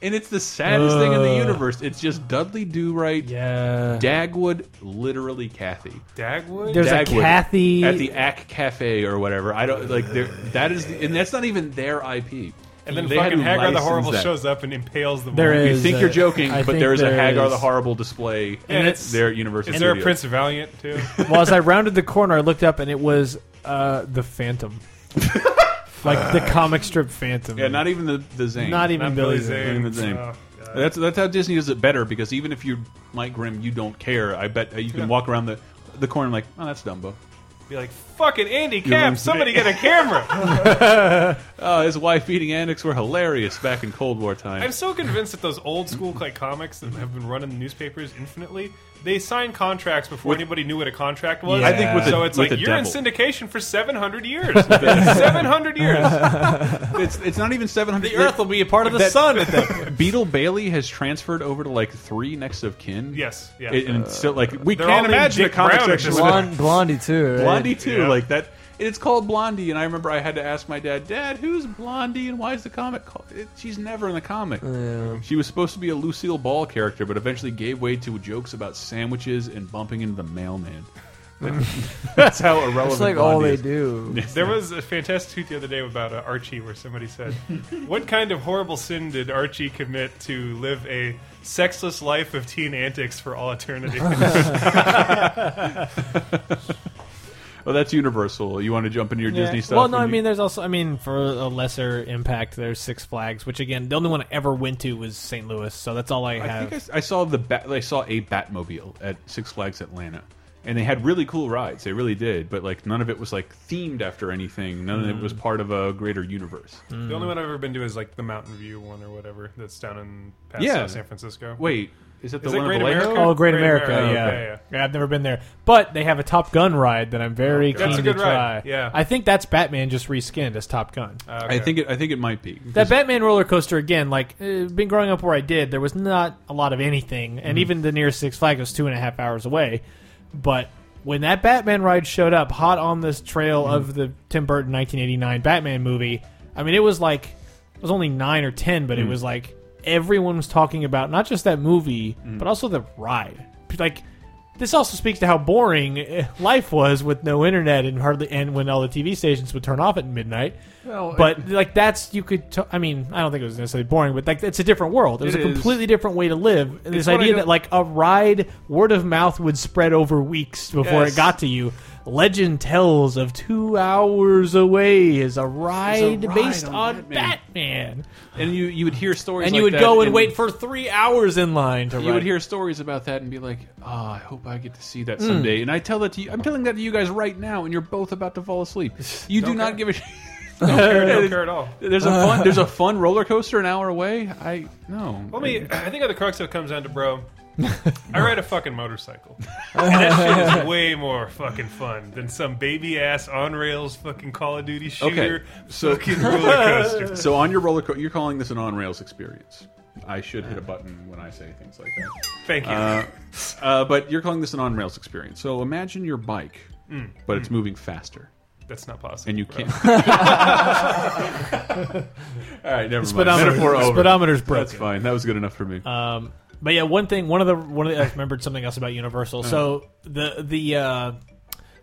B: and it's the saddest thing in the
D: Ugh.
B: universe. It's just Dudley Do Right,
D: Yeah.
B: Dagwood, literally Kathy.
G: Dagwood?
C: There's a
B: Dagwood
C: Kathy.
B: at the Ack Cafe or whatever. I don't like there. That is, and that's not even their IP.
G: and then
B: They
G: fucking
B: hadn't
G: Hagar the
B: licensed
G: Horrible
B: that.
G: shows up and impales them.
C: There
G: all.
B: You
C: is
B: think
C: a-
B: you're joking,
C: I
B: but
C: think
B: there is a
C: there
B: Hagar
C: is-
B: the Horrible display
G: And
B: at
G: it's-
B: their Universal.
G: Is there a
B: Studios.
G: Prince Valiant too?
D: well, as I rounded the corner, I looked up and it was uh, the Phantom, like the comic strip Phantom.
B: Yeah, not even the the Zane.
D: Not even
G: Not
D: Billy
G: Billy Uh,
D: Zane.
B: Even the Zane.
G: Oh,
B: That's that's how Disney does it better because even if you like Grimm, you don't care. I bet uh, you can walk around the the corner and like, oh, that's Dumbo.
G: Be like, fucking Andy
B: know what I'm
G: Cap, somebody get a camera.
B: Oh, his wife eating antics were hilarious back in Cold War time.
G: I'm so convinced that those old school like comics that have been running the newspapers infinitely, they signed contracts before
B: With-
G: anybody knew what a contract was.
D: Yeah. I think with
B: the-
G: so it's
B: with
G: like
B: the
G: you're
B: devil.
G: in syndication for 700 years. 700 years.
B: it's it's not even seven hundred.
D: the Earth will be a part of the
B: That-
D: sun. At that point.
B: Beetle Bailey has transferred over to like three next of kin.
G: Yes, yeah.
B: It- and still like we
G: they're
B: can't
G: all named
B: imagine
G: Dick
B: the comic
G: Brown at
B: section
G: this
B: without
E: Blond, Blondie too. Right?
B: Blondie too.
G: Yeah.
B: Like that. and It's called Blondie, and I remember I had to ask my dad, "Dad, who's Blondie, and why is the comic called?" It, she's never in the comic. She was supposed to be a Lucille Ball character, but eventually gave way to jokes about sandwiches and bumping into the mailman. That's how irrelevant.
E: That's like all
B: Blondie
E: they
B: is.
E: do.
G: There was a fantastic tweet the other day about uh, Archie where somebody said, What kind of horrible sin did Archie commit to live a sexless life of teen antics for all eternity?
B: Oh, that's Universal. You want to jump into your Disney stuff?
D: Well, no,
B: and
D: I
B: you-
D: mean, there's also, I mean, for a lesser impact, there's Six Flags, which again, the only one I ever went to was St. Louis, so that's all I
B: I
D: have.
B: think I s- I, saw the bat, I saw a Batmobile at Six Flags Atlanta, and they had really cool rides. They really did, but like none of it was like themed after anything. None of it was part of a greater universe.
G: The only one I've ever been to is like the Mountain View one or whatever that's down in Paso,
B: Yeah.
G: San Francisco.
B: Wait, is that the
G: Is it
B: one
G: Great
B: of the lake?
G: America?
D: Oh, Great, America, yeah.
G: okay, yeah.
D: I've never been there, but they have a Top Gun ride that I'm very
G: That's
D: keen
G: a good
D: to try.
G: ride, yeah.
D: I think that's Batman just reskinned as Top Gun.
G: Uh,
B: I think it. I think it might be.
D: that Batman roller coaster again, like uh, been growing up where I did, there was not a lot of anything, and even the nearest Six Flags was two and a half hours away. But when that Batman ride showed up, hot on this trail of the Tim Burton 1989 Batman movie, I mean, it was like it was only nine or ten, but it
G: Mm.
D: was like everyone was talking about not just that movie,
G: Mm.
D: but also the ride, like. This also speaks to how boring eh, life was with no internet and hardly, and when all the TV stations would turn off at midnight but like that's you could. T- I mean, I don't think it was necessarily boring, but like it's a different world. It was
B: It
D: a
B: is.
D: completely different way to live. And this
G: what I
D: idea
G: don't-
D: that like a ride word of mouth would spread over weeks before
G: Yes.
D: it got to you. Legend tells of two hours away is a ride,
B: ride
D: based
B: on
D: on,
B: Batman.
D: Batman,
B: and you you would hear stories,
D: and
B: like
D: you would
B: that
D: go and, wait for three hours in line to.
B: You
D: ride.
B: would hear stories about that and be like, "Ah, I hope I get to see that someday." And I tell that to you. I'm telling that to you guys right now, and you're both about to fall asleep. You do not give a. shit.
G: I don't care at all.
B: There's a fun. There's a fun roller coaster an hour away. I no.
G: Let me. I think at the crux of it comes down to bro. I ride a fucking motorcycle, and that shit is way more fucking fun than some baby ass on rails fucking Call of Duty
B: Okay,
G: shooter
B: so-
G: fucking roller coaster.
B: So on your roller coaster, you're calling this an on rails experience. I should hit a button when I say things like that.
G: Thank you.
B: Uh, but you're calling this an on rails experience. So imagine your bike, but it's moving faster,
G: That's not possible.
B: and you
G: bro.
B: can't. All right, never mind.
D: Speedometer-
B: Metaphor over.
D: speedometer's
B: That's
D: broken.
B: fine. That was good enough for me.
D: Um, but yeah, one thing, one of the one of the, I remembered something else about Universal. So the the uh,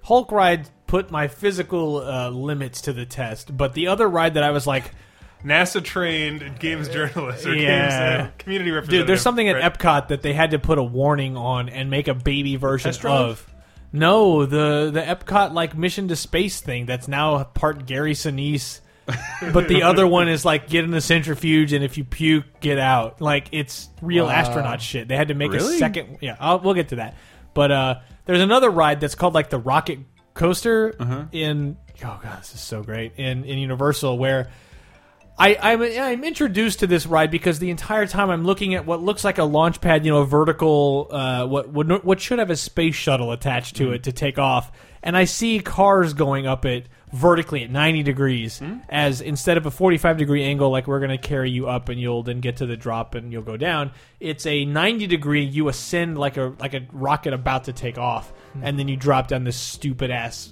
D: Hulk ride put my physical uh, limits to the test, but the other ride that I was like,
G: NASA trained games journalist or
D: Yeah.
G: games uh, community representative.
D: dude, there's something at
G: right?
D: Epcot that they had to put a warning on and make a baby version
G: test drive?
D: of. No, the the Epcot like mission to space thing that's now part Gary Sinise. but the other one is like get in the centrifuge and if you puke get out like it's real astronaut shit they had to make
B: Really?
D: a second yeah I'll, we'll get to that but uh there's another ride that's called like the rocket coaster in oh god this is so great in in universal where I, I'm, I'm introduced to this ride because the entire time I'm looking at what looks like a launch pad, you know, a vertical, uh, what, what what should have a space shuttle attached to it to take off, and I see cars going up it vertically at 90 degrees as instead of a 45 degree angle like we're going to carry you up and you'll then get to the drop and you'll go down it's a 90 degree you ascend like a like a rocket about to take off and then you drop down this stupid ass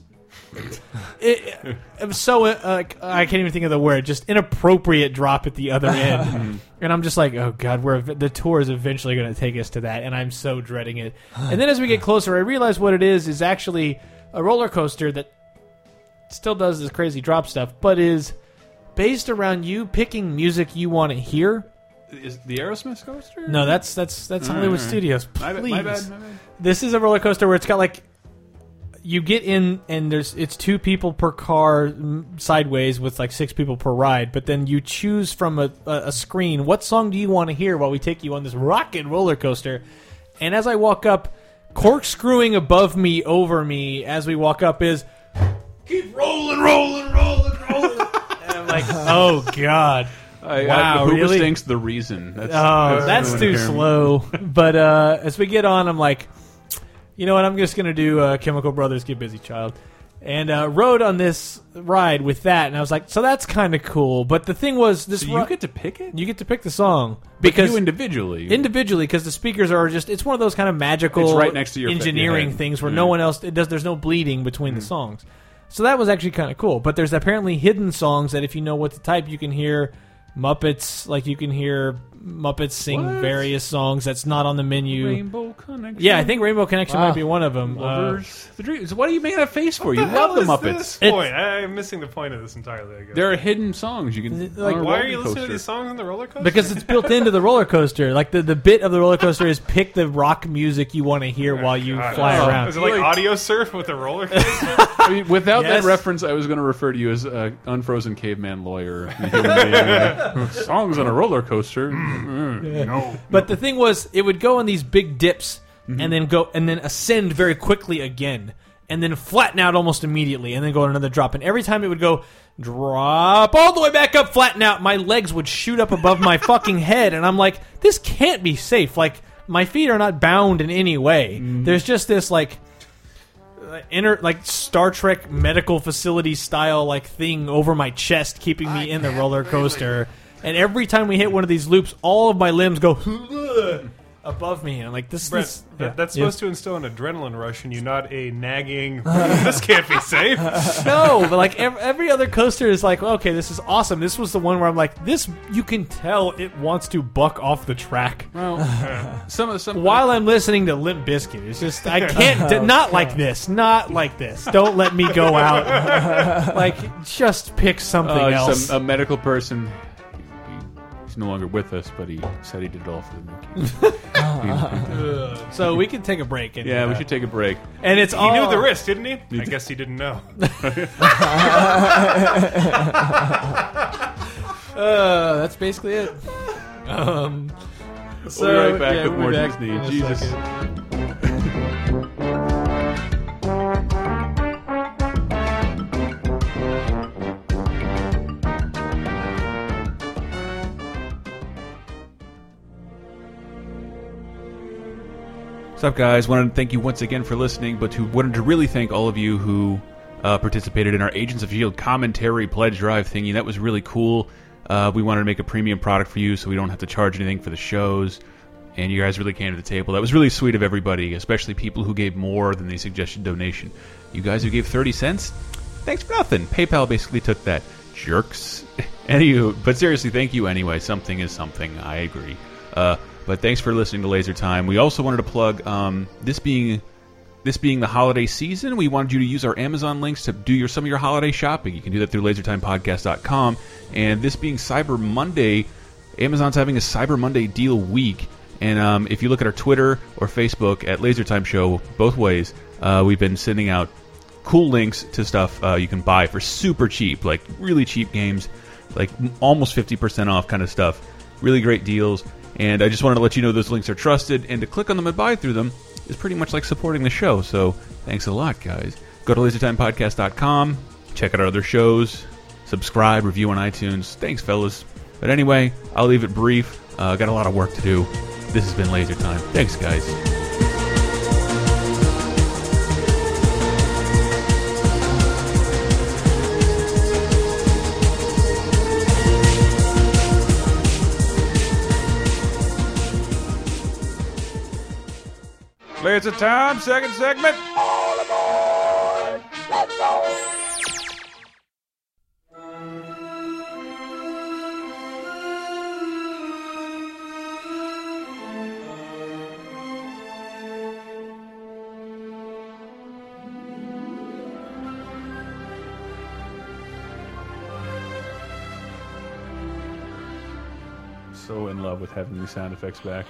D: it, it was so uh, I can't even think of the word. Just inappropriate drop at the other
B: Mm-hmm.
D: end, and I'm just like, oh god, we're the tour is eventually going to take us to that, and I'm so dreading it. And then as we get closer, I realize what it is is actually a roller coaster that still does this crazy drop stuff, but is based around you picking music you want to hear.
B: Is the Aerosmith coaster?
D: No, that's that's that's Hollywood Studios. Please,
B: Mm-hmm. My, bad- my bad. My bad.
D: this is a roller coaster where it's got like you get in and there's it's two people per car mm, sideways with like six people per ride but then you choose from a, a, a screen what song do you want to hear while we take you on this rock and roller coaster and as i walk up corkscrewing above me over me as we walk up is keep rolling rolling rolling rolling and i'm like oh god
B: I,
D: Wow,
B: I, who
D: really?
B: thinks the reason? That's,
D: Oh,
B: the
D: that's
B: one
D: too
B: here.
D: slow. But uh, as we get on, I'm like, you know what? I'm just gonna do uh, Chemical Brothers, Get Busy, Child, and uh, rode on this ride with that, and I was like, so that's kind of cool. But the thing was, this
B: So
D: ri-
B: you get to pick it
D: you get to pick the song
B: But
D: because
B: you individually.
D: individually because the speakers are just it's one of those kind of magical
B: It's right next to your fa-
D: engineering
B: your head. Mm-hmm. Mm.
D: things where
B: Yeah.
D: no one else it does there's no bleeding between the songs so that was actually kind of cool but there's apparently hidden songs that if you know what to type you can hear muppets like you can hear muppets sing
B: What?
D: various songs that's not on the menu
B: Rainbow Connection.
D: yeah i think rainbow connection
E: Wow.
D: might be one of them uh,
B: Lovers. the dreams. What are you making a face for? you
G: the
B: love
G: hell
B: the
G: is
B: Muppets.
G: This
D: It's-
G: point? I, I'm missing the point of this entirely. I guess.
B: There are hidden songs you can.
D: Like,
B: on a
G: Why are
B: roller
G: you listening
B: coaster.
G: to these songs on the roller coaster?
D: because it's built into the roller coaster like the, the bit of the roller coaster is pick the rock music you want to hear while you
G: God.
D: fly
B: Oh.
D: around
G: Is it like
B: Like-
G: audio surf with a roller coaster?
B: I mean, without
D: Yes.
B: that reference, I was going to refer to you as uh, unfrozen caveman lawyer. and human being. Uh, songs on a roller coaster.
G: no.
D: But the thing was, it would go on these big dips and then go and then ascend very quickly again, and then flatten out almost immediately, and then go on another drop. And every time it would go drop all the way back up, flatten out, my legs would shoot up above my fucking head, and I'm like, this can't be safe. Like my feet are not bound in any way. There's just this like uh, inner like Star Trek medical facility style like thing over my chest, keeping me in the roller coaster. And every time we hit one of these loops, all of my limbs go above me, and I'm like, "This,
G: Brent,
D: this
G: that- that's
D: Yeah.
G: supposed to instill an adrenaline rush in you, not a nagging. this can't be safe.
D: no." But like every, every other coaster is like, "Okay, this is awesome." This was the one where I'm like, "This, you can tell it wants to buck off the track."
B: Well, some of some
D: While I'm listening to Limp Bizkit, it's just I can't d- not like this, not like this. Don't let me go out. like, just pick something
B: uh,
D: else.
B: some, a medical person. he- He's no longer with us, but he said he did it all for the Mickey.
D: So we can take a break. And,
B: yeah, we
D: uh,
B: should take a break.
D: And it's
G: He
D: all
G: knew the risk, didn't he? I guess he didn't know.
E: Uh, that's basically it.
D: Um,
B: We'll be right back
E: yeah,
B: with
E: we'll
B: more
E: be back
B: Disney.
E: in a
B: Jesus.
E: second.
B: What's up, guys? Wanted to thank you once again for listening, but to wanted to really thank all of you who uh, participated in our Agents of Shield E commentary pledge drive thingy. That was really cool. Uh, we wanted to make a premium product for you, so we don't have to charge anything for the shows. And you guys really came to the table. That was really sweet of everybody, especially people who gave more than the suggested donation. You guys who gave thirty cents, thanks for nothing. PayPal basically took that. Jerks. Anywho, but seriously, thank you anyway. Something is something. I agree. Uh, but thanks for listening to Laser Time. We also wanted to plug um, this being this being the holiday season, we wanted you to use our Amazon links to do your some of your holiday shopping. You can do that through lasertimepodcast.com. And this being Cyber Monday, Amazon's having a Cyber Monday deal week. And um, if you look at our Twitter or Facebook at Lasertime Show, both ways, uh, we've been sending out cool links to stuff uh, you can buy for super cheap, like really cheap games, like m- almost 50% off kind of stuff. Really great deals. And I just wanted to let you know those links are trusted, and to click on them and buy through them is pretty much like supporting the show. So thanks a lot, guys. Go to lasertimepodcast.com, check out our other shows, subscribe, review on iTunes. Thanks, fellas. But anyway, I'll leave it brief. Uh, got a lot of work to do. This has been Laser Time. Thanks, guys. Laser Time, second segment. So in love with having these sound effects back.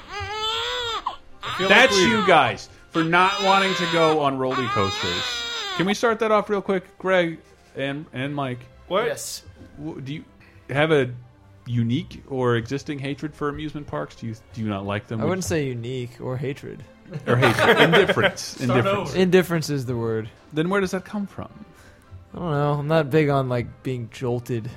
G: feel like
B: That's
G: we-
B: you guys for not wanting to go on roller coasters. Can we start that off real quick, Greg and and Mike?
G: What?
E: Yes.
B: w- Do you have a unique or existing hatred for amusement parks? Do you do you not like them?
E: I wouldn't say unique or hatred.
B: or hatred, indifference, indifference.
G: over.
E: Indifference is the word.
B: Then where does that come from?
E: I don't know. I'm not big on like being jolted.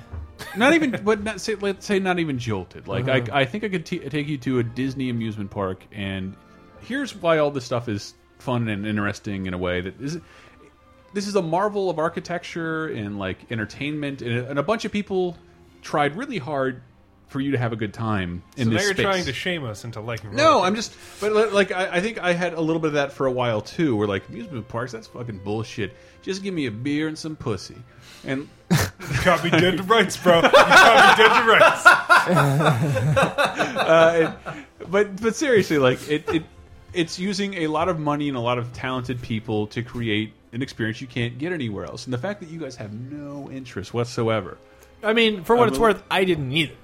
B: Not even, but not, say, let's say not even jolted. Like
E: Uh-huh.
B: I, I think I could t take you to a Disney amusement park, and here's why all this stuff is fun and interesting in a way that is. This is a marvel of architecture and like entertainment, and, and a bunch of people tried really hard for you to have a good time in
G: so now
B: this
G: you're
B: space.
G: trying to shame us into liking.
B: No,
G: roller
B: I'm just, but li- like, I, I think I had a little bit of that for a while too. Where like amusement parks, that's fucking bullshit. Just give me a beer and some pussy, and
G: coasters. You got me dead to rights, bro. You got me dead to rights.
B: uh, it, but but seriously, like it, it, it's using a lot of money and a lot of talented people to create an experience you can't get anywhere else. And the fact that you guys have no interest whatsoever.
D: I mean, for what it's
B: bel-
D: worth, I didn't either,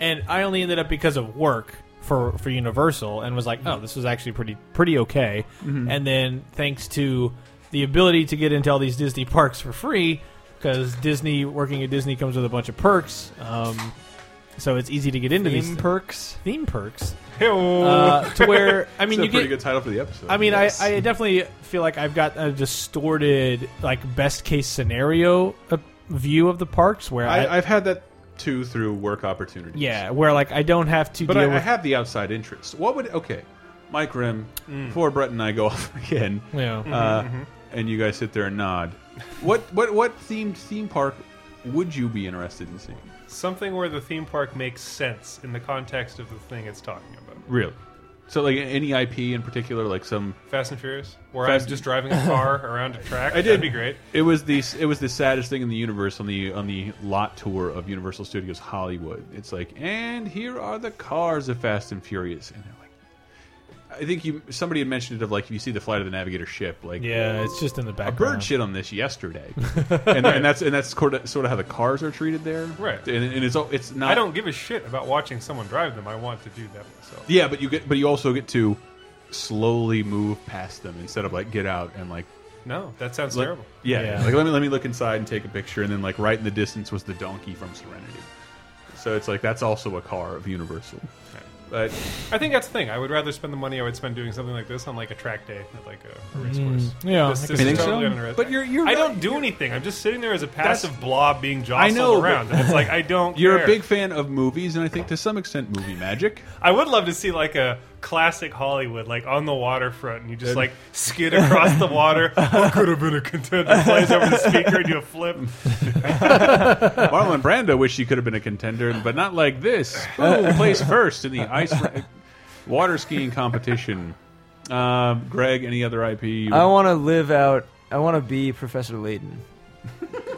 D: and I only ended up because of work for for Universal, and was like, oh, this was actually pretty pretty okay. And then thanks to the ability to get into all these Disney parks for free, because Disney working at Disney comes with a bunch of perks, um, so it's easy to get into these
E: Theme
D: thi-
E: perks.
D: theme perks.
G: Hey-oh.
D: Uh, to where I mean,
B: It's
D: you
B: a pretty
D: get
B: good title for the episode.
D: I mean, I, I definitely feel like I've got a distorted, like best case scenario uh, view of the parks where I,
B: I, I've had that too through work opportunities.
D: yeah, where like I don't have to
B: But
D: deal
B: I, I
D: with.
B: have the outside interest. What would okay, Mike Rim,
D: Mm.
B: before Brett and I go off again,
D: you know,
B: uh, and you guys sit there and nod. What what what themed theme park would you be interested in seeing?
G: Something where the theme park makes sense in the context of the thing it's talking about.
B: Really? So like any IP in particular, like some.
G: Fast and Furious, where
B: Fast-
G: I'm just driving a car around a track.
B: I did.
G: That'd be great.
B: It was the it was the saddest thing in the universe on the on the lot tour of Universal Studios Hollywood. It's like, and here are the cars of Fast and Furious, and they're like, I think you somebody had mentioned it of like if you see the flight of the Navigator ship, like
D: yeah, it's just in the
B: a
D: background.
B: bird shit on this yesterday, and, and that's and that's sort of, sort of how the cars are treated there,
G: Right.
B: And, and it's all- it's not.
G: I don't give a shit about watching someone drive them. I want to do that myself.
B: Yeah, but you get but you also get to slowly move past them instead of like get out and like.
G: No, that sounds
B: Let,
G: terrible.
B: Yeah,
D: Yeah.
B: like let me let me look inside and take a picture, and then like right in the distance was the donkey from Serenity. So it's like that's also a car of Universal, but
G: I think that's the thing. I would rather spend the money I would spend doing something like this on like a track day at like a, a race
B: Mm,
G: course.
D: Yeah,
G: This,
D: I
G: this
B: You
G: is
B: think so?
G: totally unrealistic.
B: But you're- you're
G: I
B: not-
G: don't do anything. I'm just sitting there as a passive blob being jostled
B: know, but-
G: around. And it's like I don't.
B: you're
G: care.
B: a big fan of movies, and I think to some extent movie magic.
G: I would love to see like a classic Hollywood, like on the waterfront, and you just like skid across the water. What could have been a contender? Plays over the speaker and do a flip.
B: Marlon Brando wished he could have been a contender, but not like this. Boom, place first in the ice ra- water skiing competition. Uh, Greg, any other IP? You
E: I want to live out. I want to be Professor Layton.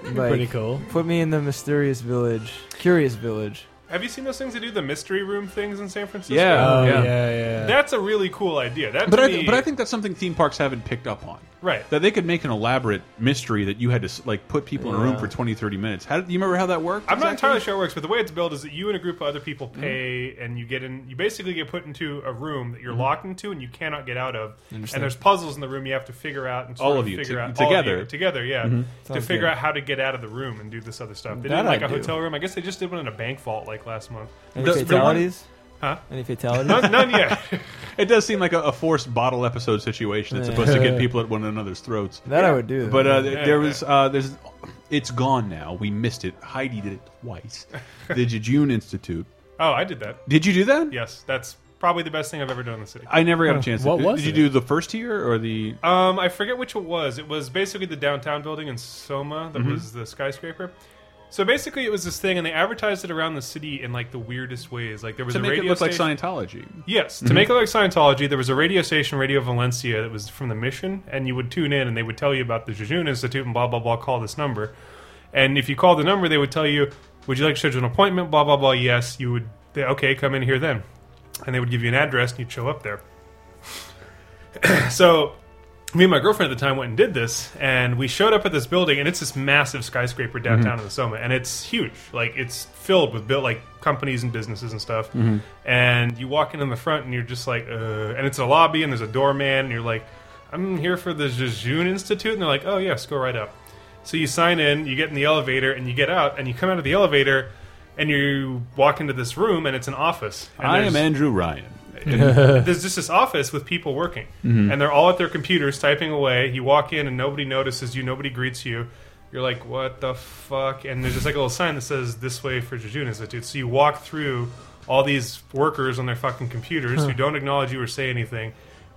D: pretty
E: like,
D: cool.
E: put me in the mysterious village, curious village.
G: Have you seen those things that do the mystery room things in San Francisco?
B: Yeah.
D: Um,
B: Oh, yeah,
G: That's a really cool idea. That
B: but
G: to
B: I,
G: me-
B: but I think that's something theme parks haven't picked up on.
G: right.
B: That they could make an elaborate mystery that you had to s- like put people in a room
E: Yeah.
B: for 20, 30 minutes. How did you remember how that worked?
G: I'm not
B: exactly?
G: entirely sure how it works, but the way it's built is that you and a group of other people pay, and you get in. You basically get put into a room that you're locked into, and you cannot get out of. And there's puzzles in the room you have to figure out. And sort
B: All
G: of
B: of you,
G: figure
B: to-
G: out
B: together.
G: all of you, together, yeah, to
E: Sounds
G: figure
E: good.
G: out how to get out of the room and do this other stuff. They
E: That
G: did like
E: I
G: a
E: do.
G: hotel room. I guess they just did one in a bank vault like last month.
E: Any
B: The- the one-
E: fatalities?
G: Huh?
E: Any fatalities?
G: None, none yet.
B: It does seem like a, a forced bottle episode situation that's supposed to get people at one another's throats.
E: that I would do.
B: But uh, th- there was uh, there's it's gone now. We missed it. Heidi did it twice. the Jejune Institute.
G: Oh, I did that.
B: Did you do that?
G: Yes, that's probably the best thing I've ever done in the city.
B: I never got a chance. to-
D: What was
B: did you do
D: it?
B: the first tier or the?
G: Um, I forget which it was. It was basically the downtown building in Soma
B: Mm-hmm.
G: that was the skyscraper. So basically, it was this thing, and they advertised it around the city in like the weirdest ways. Like there was
B: to
G: a
B: make it
G: radio
B: look
G: station.
B: like Mm-hmm. Scientology.
G: Yes, to make it like Scientology, there was a radio station, Radio Valencia, that was from the mission, and you would tune in, and they would tell you about the Jejun Institute and blah blah blah. Call this number, and if you called the number, they would tell you, "Would you like to schedule an appointment?" Blah blah blah. Yes, you would. They, okay, come in here then, and they would give you an address, and you'd show up there. so, me and my girlfriend at the time went and did this, and we showed up at this building, and it's this massive skyscraper downtown
B: Mm-hmm.
G: in the Soma, and it's huge. Like it's filled with built like companies and businesses and stuff.
B: Mm-hmm.
G: And you walk in in the front, and you're just like, uh, and it's a lobby, and there's a doorman, and you're like, I'm here for the Jejun Institute, and they're like, Oh yes, go right up. So you sign in, you get in the elevator, and you get out, and you come out of the elevator. And you walk into this room, and it's an office. And
B: I
G: there's-
B: am Andrew Ryan.
G: there's just this office with people working, and they're all at their computers typing away. You walk in, and nobody notices you, nobody greets you. You're like, what the fuck? And there's just like a little sign that says this way for Jejun Institute. So you walk through all these workers on their fucking computers who don't acknowledge you or say anything,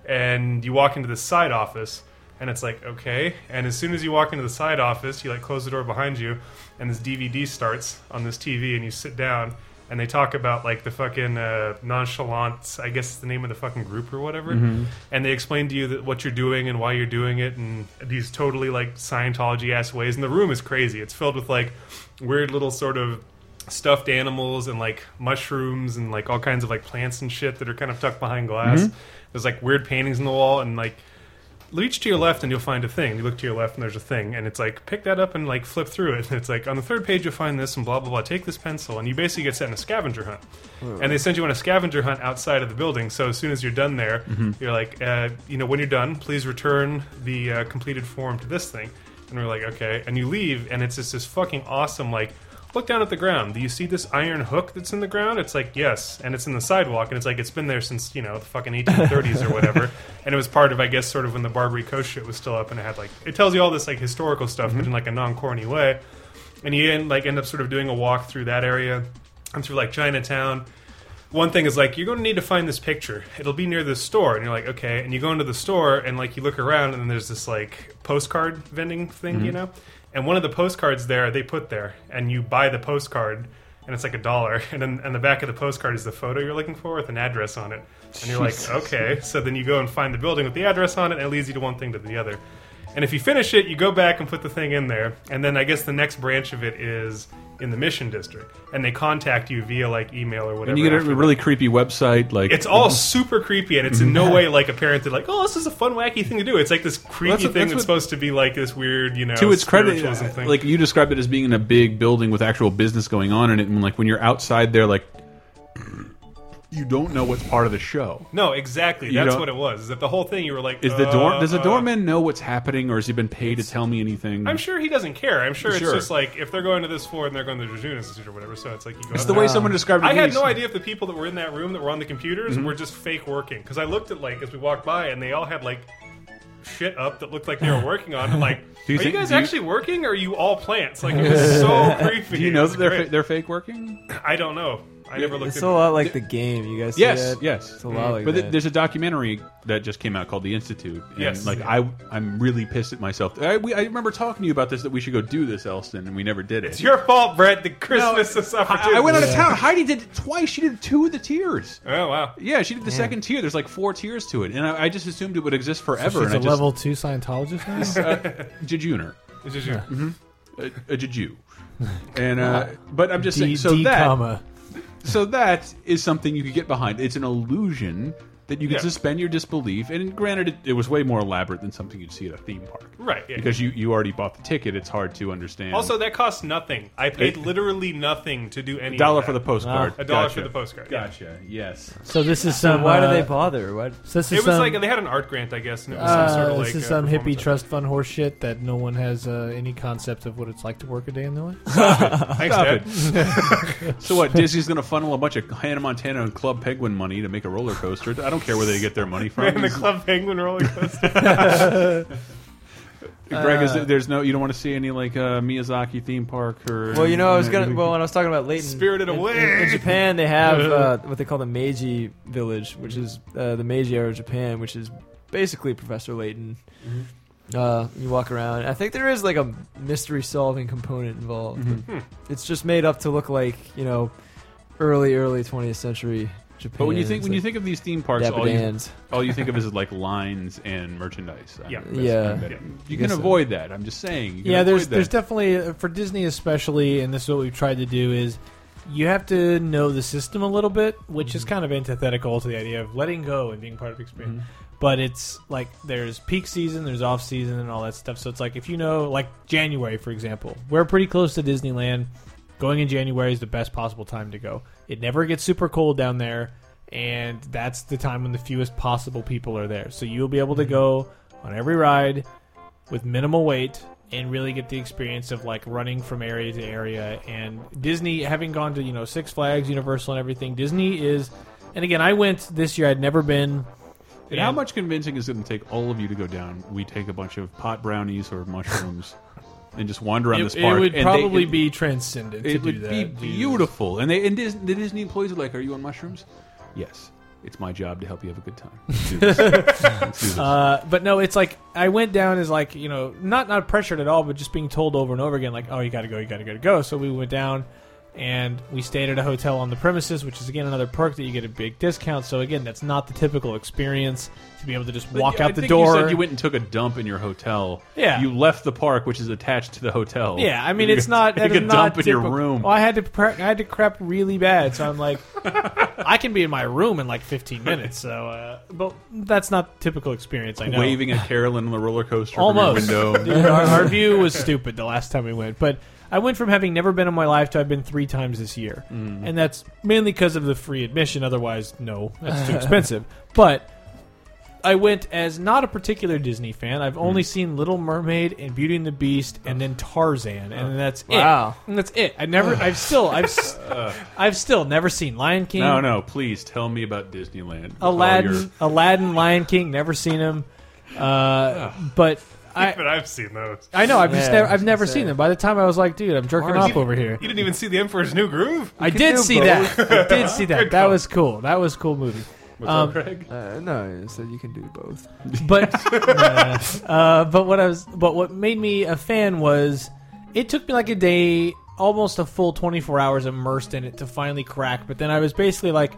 G: and you walk into the side office. And it's like okay, and as soon as you walk into the side office, you like close the door behind you, and this DVD starts on this TV, and you sit down, and they talk about like the fucking uh, nonchalant, I guess it's the name of the fucking group or whatever, and they explain to you that what you're doing and why you're doing it, and these totally like Scientology ass ways. And the room is crazy; it's filled with like weird little sort of stuffed animals and like mushrooms and like all kinds of like plants and shit that are kind of tucked behind glass. There's like weird paintings on the wall and like reach to your left and you'll find a thing. You look to your left and there's a thing, and it's like pick that up and like flip through it. And it's like on the third page you'll find this and blah blah blah. Take this pencil, and you basically get sent in a scavenger hunt. And they send you on a scavenger hunt outside of the building. So as soon as you're done there, you're like, uh, you know, when you're done, please return the uh, completed form to this thing. And we're like, okay. And you leave, and it's just this fucking awesome like. Look down at the ground. Do you see this iron hook that's in the ground? It's like, yes. And it's in the sidewalk, and it's like, it's been there since, you know, the fucking 1830s or whatever. and it was part of, I guess, sort of when the Barbary Coast shit was still up, and it had, like, it tells you all this, like, historical stuff, but in, like, a non corny way. And you, end, like, end up sort of doing a walk through that area and through, like, Chinatown one thing is like you're going to need to find this picture. It'll be near this store, and you're like, okay. And you go into the store, and like you look around, and then there's this like postcard vending thing,
B: Mm-hmm.
G: you know. And one of the postcards there, they put there, and you buy the postcard, and it's like a dollar. And then on the back of the postcard is the photo you're looking for with an address on it. And you're like, okay. So then you go and find the building with the address on it, and it leads you to one thing to the other. And if you finish it, you go back and put the thing in there. And then I guess the next branch of it is in the mission district. And they contact you via like email or whatever.
B: And you get a
G: after that.
B: really creepy website like
G: It's all super creepy, and it's in no way like apparent that like, oh, this is a fun, wacky thing to do. It's like this creepy
B: that's what-
G: thing
B: that's
G: that's,
B: what-
G: supposed to be like this weird, you know,
B: to its credit, uh,
G: spiritualism thing.
B: like you described it as being in a big building with actual business going on in it, and like when you're outside there, like you don't know what's part of the show.
G: no, exactly.
B: You
G: That's
B: don't-
G: what it was. Is that the whole thing? You were like,
B: Is the door?
G: uh,
B: Does the
G: uh,
B: doorman know what's happening, or has he been paid to tell me anything?
G: I'm sure he doesn't care. I'm sure,
B: Sure.
G: it's just like if they're going to this floor and they're going to the Jejun Institute or whatever. So it's like you go.
B: It's
G: out
B: the
G: there.
B: way someone described it.
G: I
B: to
G: had
B: me.
G: no idea if the people that were in that room that were on the computers
B: Mm-hmm.
G: were just fake working because I looked at like as we walked by and they all had like shit up that looked like they were working on. I'm like,
B: Do you
G: are
B: think-
G: you guys
B: do you-
G: actually working? Or are you all plants? Like it was so creepy.
B: Do you know
G: It's
B: that they're
G: great.
B: fa they're fake working?
G: I don't know. I never looked.
E: it's
G: at
E: a lot like the game. You guys see
B: Yes,
E: that?
B: yes.
E: It's a lot like
B: but th-
E: that.
B: there's a documentary that just came out called The Institute. And
G: Yes.
B: Like I, I'm really pissed at myself. I, we, I remember talking to you about this that we should go do this, Elston, and we never did it.
G: It's your fault, Brett. The Christmas
B: No,
G: is opportunity.
B: I, I went out of town. Heidi did it twice. She did two of the tiers.
G: Oh wow.
B: Yeah, she did the second tier. There's like four tiers to it, and I, I just assumed it would exist forever. and
D: She's a
B: I just,
D: level two Scientologist now.
B: Jejuner,
G: It's just you.
B: a, a Jeju, uh, and uh, but I'm just saying.
D: D,
B: So
D: D
B: that
D: comma.
B: so that is something you could get behind. It's an illusion that you can
G: Yeah.
B: suspend your disbelief. And granted, it, it was way more elaborate than something you'd see at a theme park,
G: Right, yeah.
B: Because you you already bought the ticket. It's hard to understand.
G: Also, that costs nothing. I paid
B: It-
G: literally nothing to do any.
B: a dollar
G: of
B: for the
G: that.
B: postcard.
G: A dollar
B: Gotcha.
G: for the postcard. yeah.
B: Gotcha. Yes.
D: So this is some.
E: why do they
D: uh,
E: bother? Why?
D: So this is
G: It was
D: some,
G: like
B: um,
G: they had an art grant, I guess, and it was
D: uh,
G: some sort of like
D: this is
G: uh,
D: some hippie
G: performance.
D: trust fund horse shit that no one has uh, any concept of what it's like to work a day in the life.
G: Thanks,
B: Stop
G: Dad.
B: it. so what? Disney's going to funnel a bunch of Hannah Montana and Club Penguin money to make a roller coaster. I don't care where they get their money from.
G: And the Club Penguin roller coaster.
B: Greg,
E: Uh,
B: is there, there's no. You don't want to see any like uh, Miyazaki theme park or.
E: Well, you know, I was gonna. Well, when I was talking about Leighton,
G: Spirited
D: Mm.
E: in- in-
G: Away.
E: In, Japan, they have uh, what they call the Meiji Village, which is uh, the Meiji era of Japan, which is basically Professor Leighton.
B: Mm-hmm.
E: Uh, you walk around. I think there is like a mystery solving component involved.
B: Mm-hmm.
E: It's just made up to look like you know, early early 20th century Japan.
B: But when you think
E: It's
B: when you
E: like
B: think of these theme parks,
E: Dapper
B: all you,
E: Dan's.
B: all you think of is like lines and merchandise. I
G: Yeah.
B: mean, that's-
E: Yeah.
B: I bet.
G: Yeah.
B: You can
E: Guess so.
B: avoid that. I'm just saying. You can
D: yeah, there's
B: avoid that.
D: there's definitely uh, for Disney especially, and this is what we've tried to do is you have to know the system a little bit, which
B: Mm-hmm.
D: is kind of antithetical to the idea of letting go and being part of the experience.
B: Mm-hmm.
D: But it's like there's peak season, there's off season, and all that stuff. So it's like if you know, like January for example, we're pretty close to Disneyland. Going in January is the best possible time to go. It never gets super cold down there, and that's the time when the fewest possible people are there. So you'll be able
B: Mm-hmm.
D: to go on every ride with minimal weight and really get the experience of like running from area to area and disney having gone to you know six flags universal and everything disney is and again i went this year i'd never been
B: And how much convincing is it going to take all of you to go down? We take a bunch of pot brownies or mushrooms and just wander around
D: it,
B: this
D: it
B: park.
D: would
B: and they-
D: probably
B: it-
D: be transcendent to
B: It
D: do
B: would
D: that
B: be
D: Jesus.
B: beautiful. And they and Dis, the Disney employees are like, "Are you on mushrooms?" Yes. It's my job to help you have a good time. Let's do this. Let's do this.
D: Uh, but no, it's like I went down as like you know not not pressured at all, but just being told over and over again like oh you got to go, you got to go, to go. So we went down and we stayed at a hotel on the premises, which is again another perk that you get a big discount. So again, that's not the typical experience to be able to just
B: But
D: walk
B: yeah, I
D: out the
B: think
D: door.
B: You said you went and took a dump in your hotel.
D: Yeah.
B: You left the park, which is attached to the hotel.
D: yeah, I mean
B: You
D: it's
B: could
D: not.
B: Take
D: that is
B: a
D: not
B: dump in your
D: typical.
B: room.
D: Well, I had to pre- I had to crap really bad, so I'm like, I can be in my room in like 15 minutes. So, uh, but that's not typical experience. I know.
B: Waving at Carolyn on the roller coaster
D: Almost.
B: from your window.
D: Dude, our, our view was stupid the last time we went, but I went from having never been in my life to I've been three times this year,
B: Mm.
D: and that's mainly because of the free admission. Otherwise, no, that's too expensive. But I went as not a particular Disney fan. I've
B: Mm.
D: only seen Little Mermaid and Beauty and the Beast, and then Tarzan,
B: Oh.
D: and that's
E: Wow.
D: it. And that's it. I never. I've still. I've. s- I've still never seen Lion King.
B: No, Oh, no, please tell me about Disneyland. with all
D: Aladdin.
B: your-
D: Aladdin. Lion King. Never seen him. Uh, but. I,
G: but I've seen those.
D: I know. I've just
E: Yeah,
D: never. I've never
E: say.
D: seen them. By the time I was like, dude, I'm jerking
E: Orange-
D: off over here.
G: You didn't even see the Emperor's New Groove.
D: I did
E: do
D: see
E: both.
D: that. I did see that.
G: Good
D: That
G: call.
D: was cool. That was a cool movie.
B: What's
D: Um,
B: up, Greg?
E: Uh, no, so you can do both.
D: But uh, uh, but what I was but what made me a fan was it took me like a day, almost a full 24 hours immersed in it to finally crack. But then I was basically like.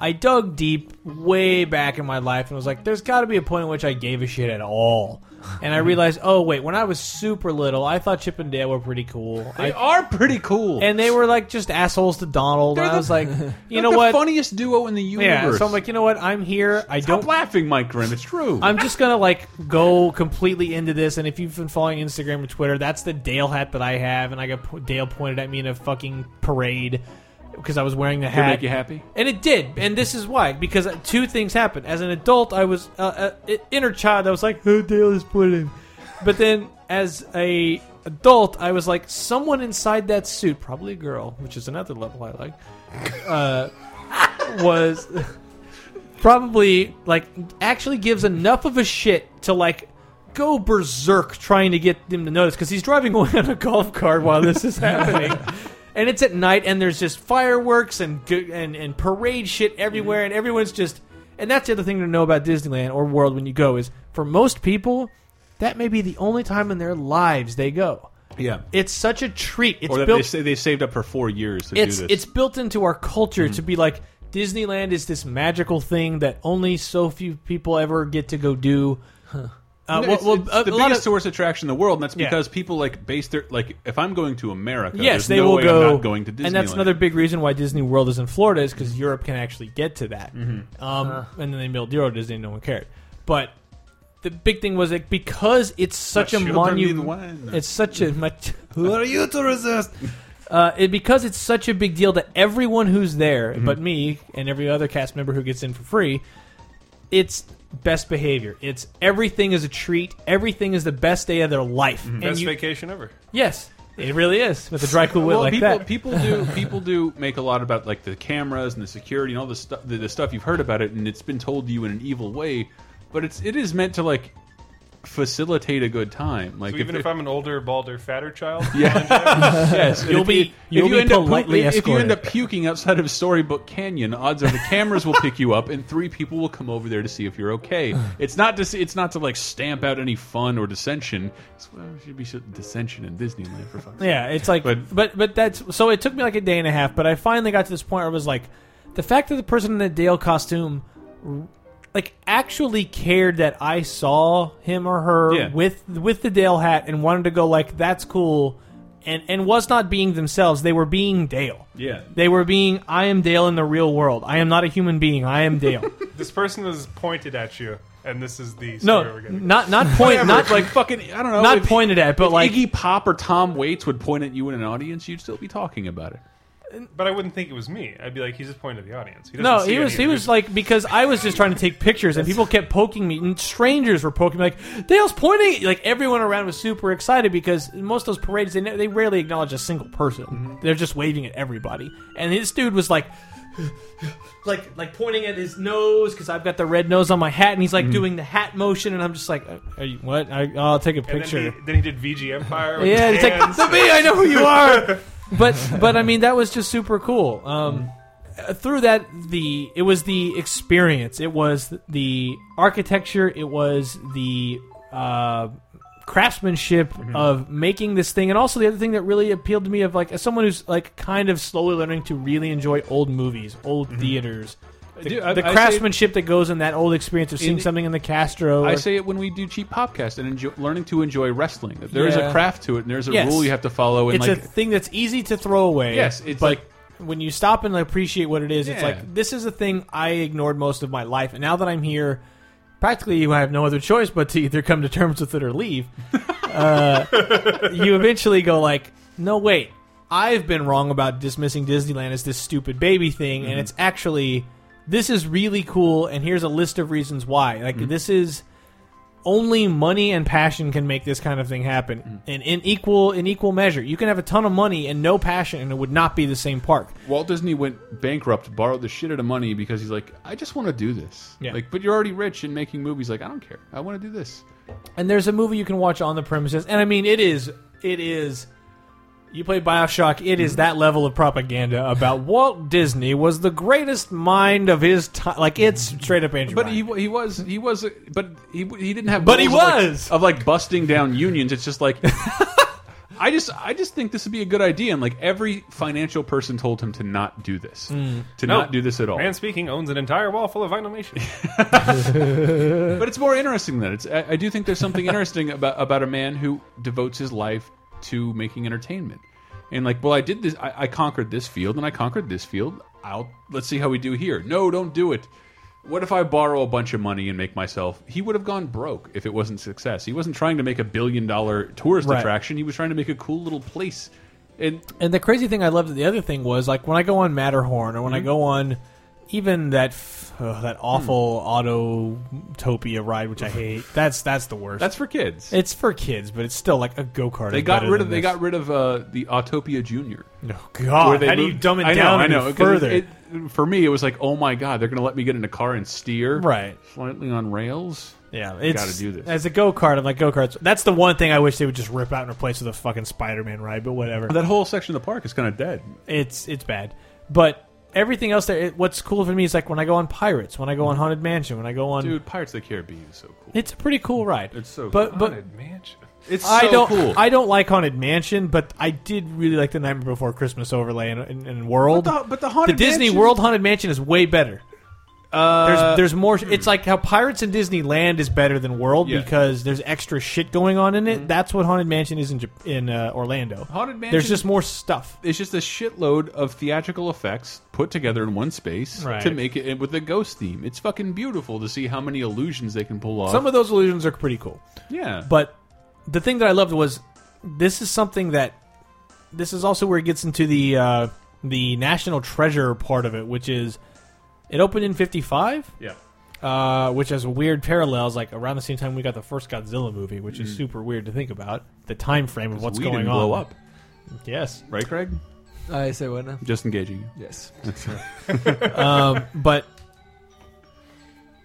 D: I dug deep way back in my life and was like, there's got to be a point at which I gave a shit at all. And I realized, oh, wait, when I was super little, I thought Chip and Dale were pretty cool. I,
B: They are pretty cool.
D: and they were like just assholes to Donald.
B: They're
D: and I
B: the-
D: was like, you
B: They're
D: know
B: the
D: what?
B: funniest duo in the
D: yeah.
B: universe.
D: So I'm like, you know what? I'm here. I
B: Stop
D: don't.
B: laughing, Mike Grimm. It's true.
D: I'm just gonna like go completely into this. And if you've been following Instagram or Twitter, that's the Dale hat that I have, and I got po- Dale pointed at me in a fucking parade because I was wearing the
B: Did it
D: hat.
B: make you happy?
D: And it did, and this is why because two things happened. As an adult, I was uh, uh, i- inner child. I was like, "Oh, Dale is putting," but then as a adult, I was like, someone inside that suit, probably a girl, which is another level I like, uh, was probably like actually gives enough of a shit to like go berserk trying to get them to notice because he's driving away on a golf cart while this is happening. And it's at night, and there's just fireworks and go- and and parade shit
B: Mm-hmm.
D: everywhere, and everyone's just. And that's the other thing to know about Disneyland or World when you go is for most people, that may be the only time in their lives they go.
B: Yeah.
D: It's such a treat. It's
B: or that
D: built
B: they say they saved up for four years to
D: it's
B: do this. Mm-hmm.
D: it's built into our culture to be like Disneyland is this magical thing that only so few people ever get to go do. Uh,
B: No,
D: well,
B: it's,
D: well,
B: it's
D: a,
B: the
D: a lot
B: biggest
D: of
B: tourist attraction in the world, and that's
D: Yeah.
B: because people like base their like. If I'm going to America,
D: yes,
B: there's
D: they
B: no
D: will
B: way
D: go.
B: I'm not going to Disneyland.
D: and that's another big reason why Disney World is in Florida is because Europe can actually get to that.
B: Mm-hmm.
D: Um, and then they built Euro Disney, no one cared. But the big thing was like because it's such a
B: My children need
D: monument.
B: wine.
D: It's such a much. Who are you to resist? Uh, it, because it's such a big deal to everyone who's there,
B: Mm-hmm.
D: but me and every other cast member who gets in for free. It's best behavior. It's everything is a treat. Everything is the best day of their life.
B: Mm-hmm.
D: And
G: Best
D: you-
G: vacation ever.
D: Yes, it really is with a dry cool wit
B: well,
D: like
B: people people
D: that.
B: do people do make a lot about like the cameras and the security and all the stuff the, the stuff you've heard about it, and it's been told to you in an evil way, but it's it is meant to like facilitate a good time. Like
G: So even if, I'm an older, balder, fatter child,
B: yes,
D: You'll
B: if
D: be-
B: you- if
D: you'll
B: you
D: be
B: end up
D: politely
B: pooping- if you end
D: escorted.
B: up puking outside of Storybook Canyon, odds are the cameras will pick you up, and three people will come over there to see if you're okay. It's not to see, it's not to like stamp out any fun or dissension. It's, well, there should be some dissension in Disneyland for fuck's sake.
D: yeah, it's like,
B: But-
D: but, but that's so. It took me like a day and a half, but I finally got to this point where I was like, the fact that the person in the Dale costume, like, actually cared that I saw him or her
B: Yeah.
D: with with the Dale hat and wanted to go like, that's cool, and and was not being themselves. They were being Dale.
B: Yeah.
D: They were being, I am Dale in the real world. I am not a human being. I am Dale.
G: this person was pointed at you, and this is the story
D: no,
G: we're getting.
D: not not point, not
B: like fucking I don't know.
D: not
B: if-
D: pointed at, but
B: if
D: like
B: Iggy Pop or Tom Waits would point at you in an audience, you'd still be talking about it.
G: But I wouldn't think it was me. I'd be like, he's just pointing at the audience. He doesn't
D: No,
G: see
D: he
G: any
D: was
G: of
D: he
G: the
D: was
G: visual.
D: like because I was just trying to take pictures and people kept poking me and strangers were poking me like Dale's pointing at you." like everyone around was super excited because in most of those parades they ne- they rarely acknowledge a single person
G: Mm-hmm.
D: they're just waving at everybody and this dude was like like like pointing at his nose because I've got the red nose on my hat and he's
G: Mm-hmm.
D: like doing the hat motion and I'm just like "Uh, Are you, what I, I'll take a
G: And
D: picture
G: Then he, then he did VG Empire. With
D: yeah,
G: his
D: it's like
G: hands.
D: to me, I know who you are. but but I mean, that was just super cool. Um, uh, through that, the it was the experience. It was the architecture. It was the uh, craftsmanship
B: Mm-hmm.
D: of making this thing, and also the other thing that really appealed to me of like as someone who's like kind of slowly learning to really enjoy old movies, old theaters. The,
B: Mm-hmm. Dude, I-
D: the
B: I say-
D: craftsmanship that goes in that old experience of seeing
B: In-
D: something in the Castro.
B: I
D: or-
B: say it when we do cheap popcast and enjoy, learning to enjoy wrestling. That there is a
D: Yeah.
B: craft to it, and there's a
D: Yes.
B: rule you have to follow. And
D: it's
B: like
D: a thing that's easy to throw away.
B: Yes, it's
D: but
B: like-
D: when you stop and appreciate what it is, it's
B: Yeah.
D: like this is a thing I ignored most of my life, and now that I'm here, practically you have no other choice but to either come to terms with it or leave. uh, you eventually go like, no wait, I've been wrong about dismissing Disneyland as this stupid baby thing,
B: Mm-hmm.
D: and it's actually this is really cool, and here's a list of reasons why.
B: Mm-hmm.
D: Like this is only money and passion can make this kind of thing happen and in equal in equal measure you can have a ton of money and no passion and it would not be the same park
B: Walt Disney went bankrupt, borrowed the shit out of money because he's like, I just want to do this.
D: Yeah.
B: Like, but you're already rich and making movies. Like, I don't care. I want to do this.
D: and there's a movie you can watch on the premises and i mean it is it is you play bioshock it is that level of propaganda about walt disney was the greatest mind of his time like it's straight up Andrew
B: But
D: Ryan.
B: he he was he was but he he didn't have.
D: But he
B: goals of, like-
D: was!
B: of like, busting down unions. It's just like. I just, I just think this would be a good idea, and like every financial person told him to not do this, to not do this at all.
G: Man speaking owns an entire wall full of vinyl
B: But it's more interesting than it. it's. I, I do think there's something interesting about about a man who devotes his life to making entertainment, and like, well, I did this. I, I conquered this field, and I conquered this field. I'll let's see how we do here. No, don't do it. What if I borrow a bunch of money and make myself? He would have gone broke if it wasn't success. He wasn't trying to make a billion dollar tourist
D: Right.
B: attraction. He was trying to make a cool little place. And
D: And the crazy thing I loved, the other thing was like when I go on Matterhorn or when I go on even that f- ugh, that awful Mm. Autotopia ride, which I hate. That's that's the worst.
B: that's for kids.
D: it's for kids, but it's still like a go kart.
B: they got rid of they got rid of uh, the Autopia Junior.
D: Oh God!
B: where they
D: How do you
B: moved-
D: dumb it
B: I know,
D: down
B: I
D: any
B: know, 'cause
D: further?
B: it- it- for me, it was like, oh my god, they're going to let me get in a car and steer
D: right.
B: slightly on rails.
D: Yeah, it's
B: gotta do this.
D: as a go kart. I'm like go karts. That's the one thing I wish they would just rip out and replace with a fucking Spider Man ride. But whatever.
B: That whole section of the park is kind of dead.
D: it's it's bad. But everything else there, it, what's cool for me is like when I go on Pirates, when I go on Haunted Mansion, when I go on.
B: Mm. Dude, Pirates of the Caribbean is so cool.
D: It's a pretty cool ride.
B: It's so
D: but but
G: Mansion. Mansion.
B: It's so
D: I don't
B: cool.
D: I don't like Haunted Mansion, but I did really like the Nightmare Before Christmas overlay and, and, and World.
B: But the- but the Haunted
D: Disney
B: Mansion-
D: World Haunted Mansion is way better. there's there's more. It's like how Pirates in Disneyland is better than World
B: Yeah.
D: because there's extra shit going on in it. That's what Haunted Mansion is in Jap- in uh, Orlando.
B: Haunted Mansion-
D: There's just more stuff.
B: it's just a shitload of theatrical effects put together in one space
D: Right.
B: to make it with the ghost theme. It's fucking beautiful to see how many illusions they can pull off.
D: Some of those illusions are pretty cool.
B: yeah,
D: But the thing that I loved was this is something that this is also where it gets into the uh, the national treasure part of it, which is it opened in '55,
B: yeah,
D: uh, which has weird parallels. Like around the same time we got the first Godzilla movie, which is super weird to think about the time frame of what's
B: Mm. we
D: going
B: didn't
D: on.
B: blow up,
D: Yes,
B: right, Craig?
E: I say what now?
B: Just engaging you.
E: Yes.
D: um, but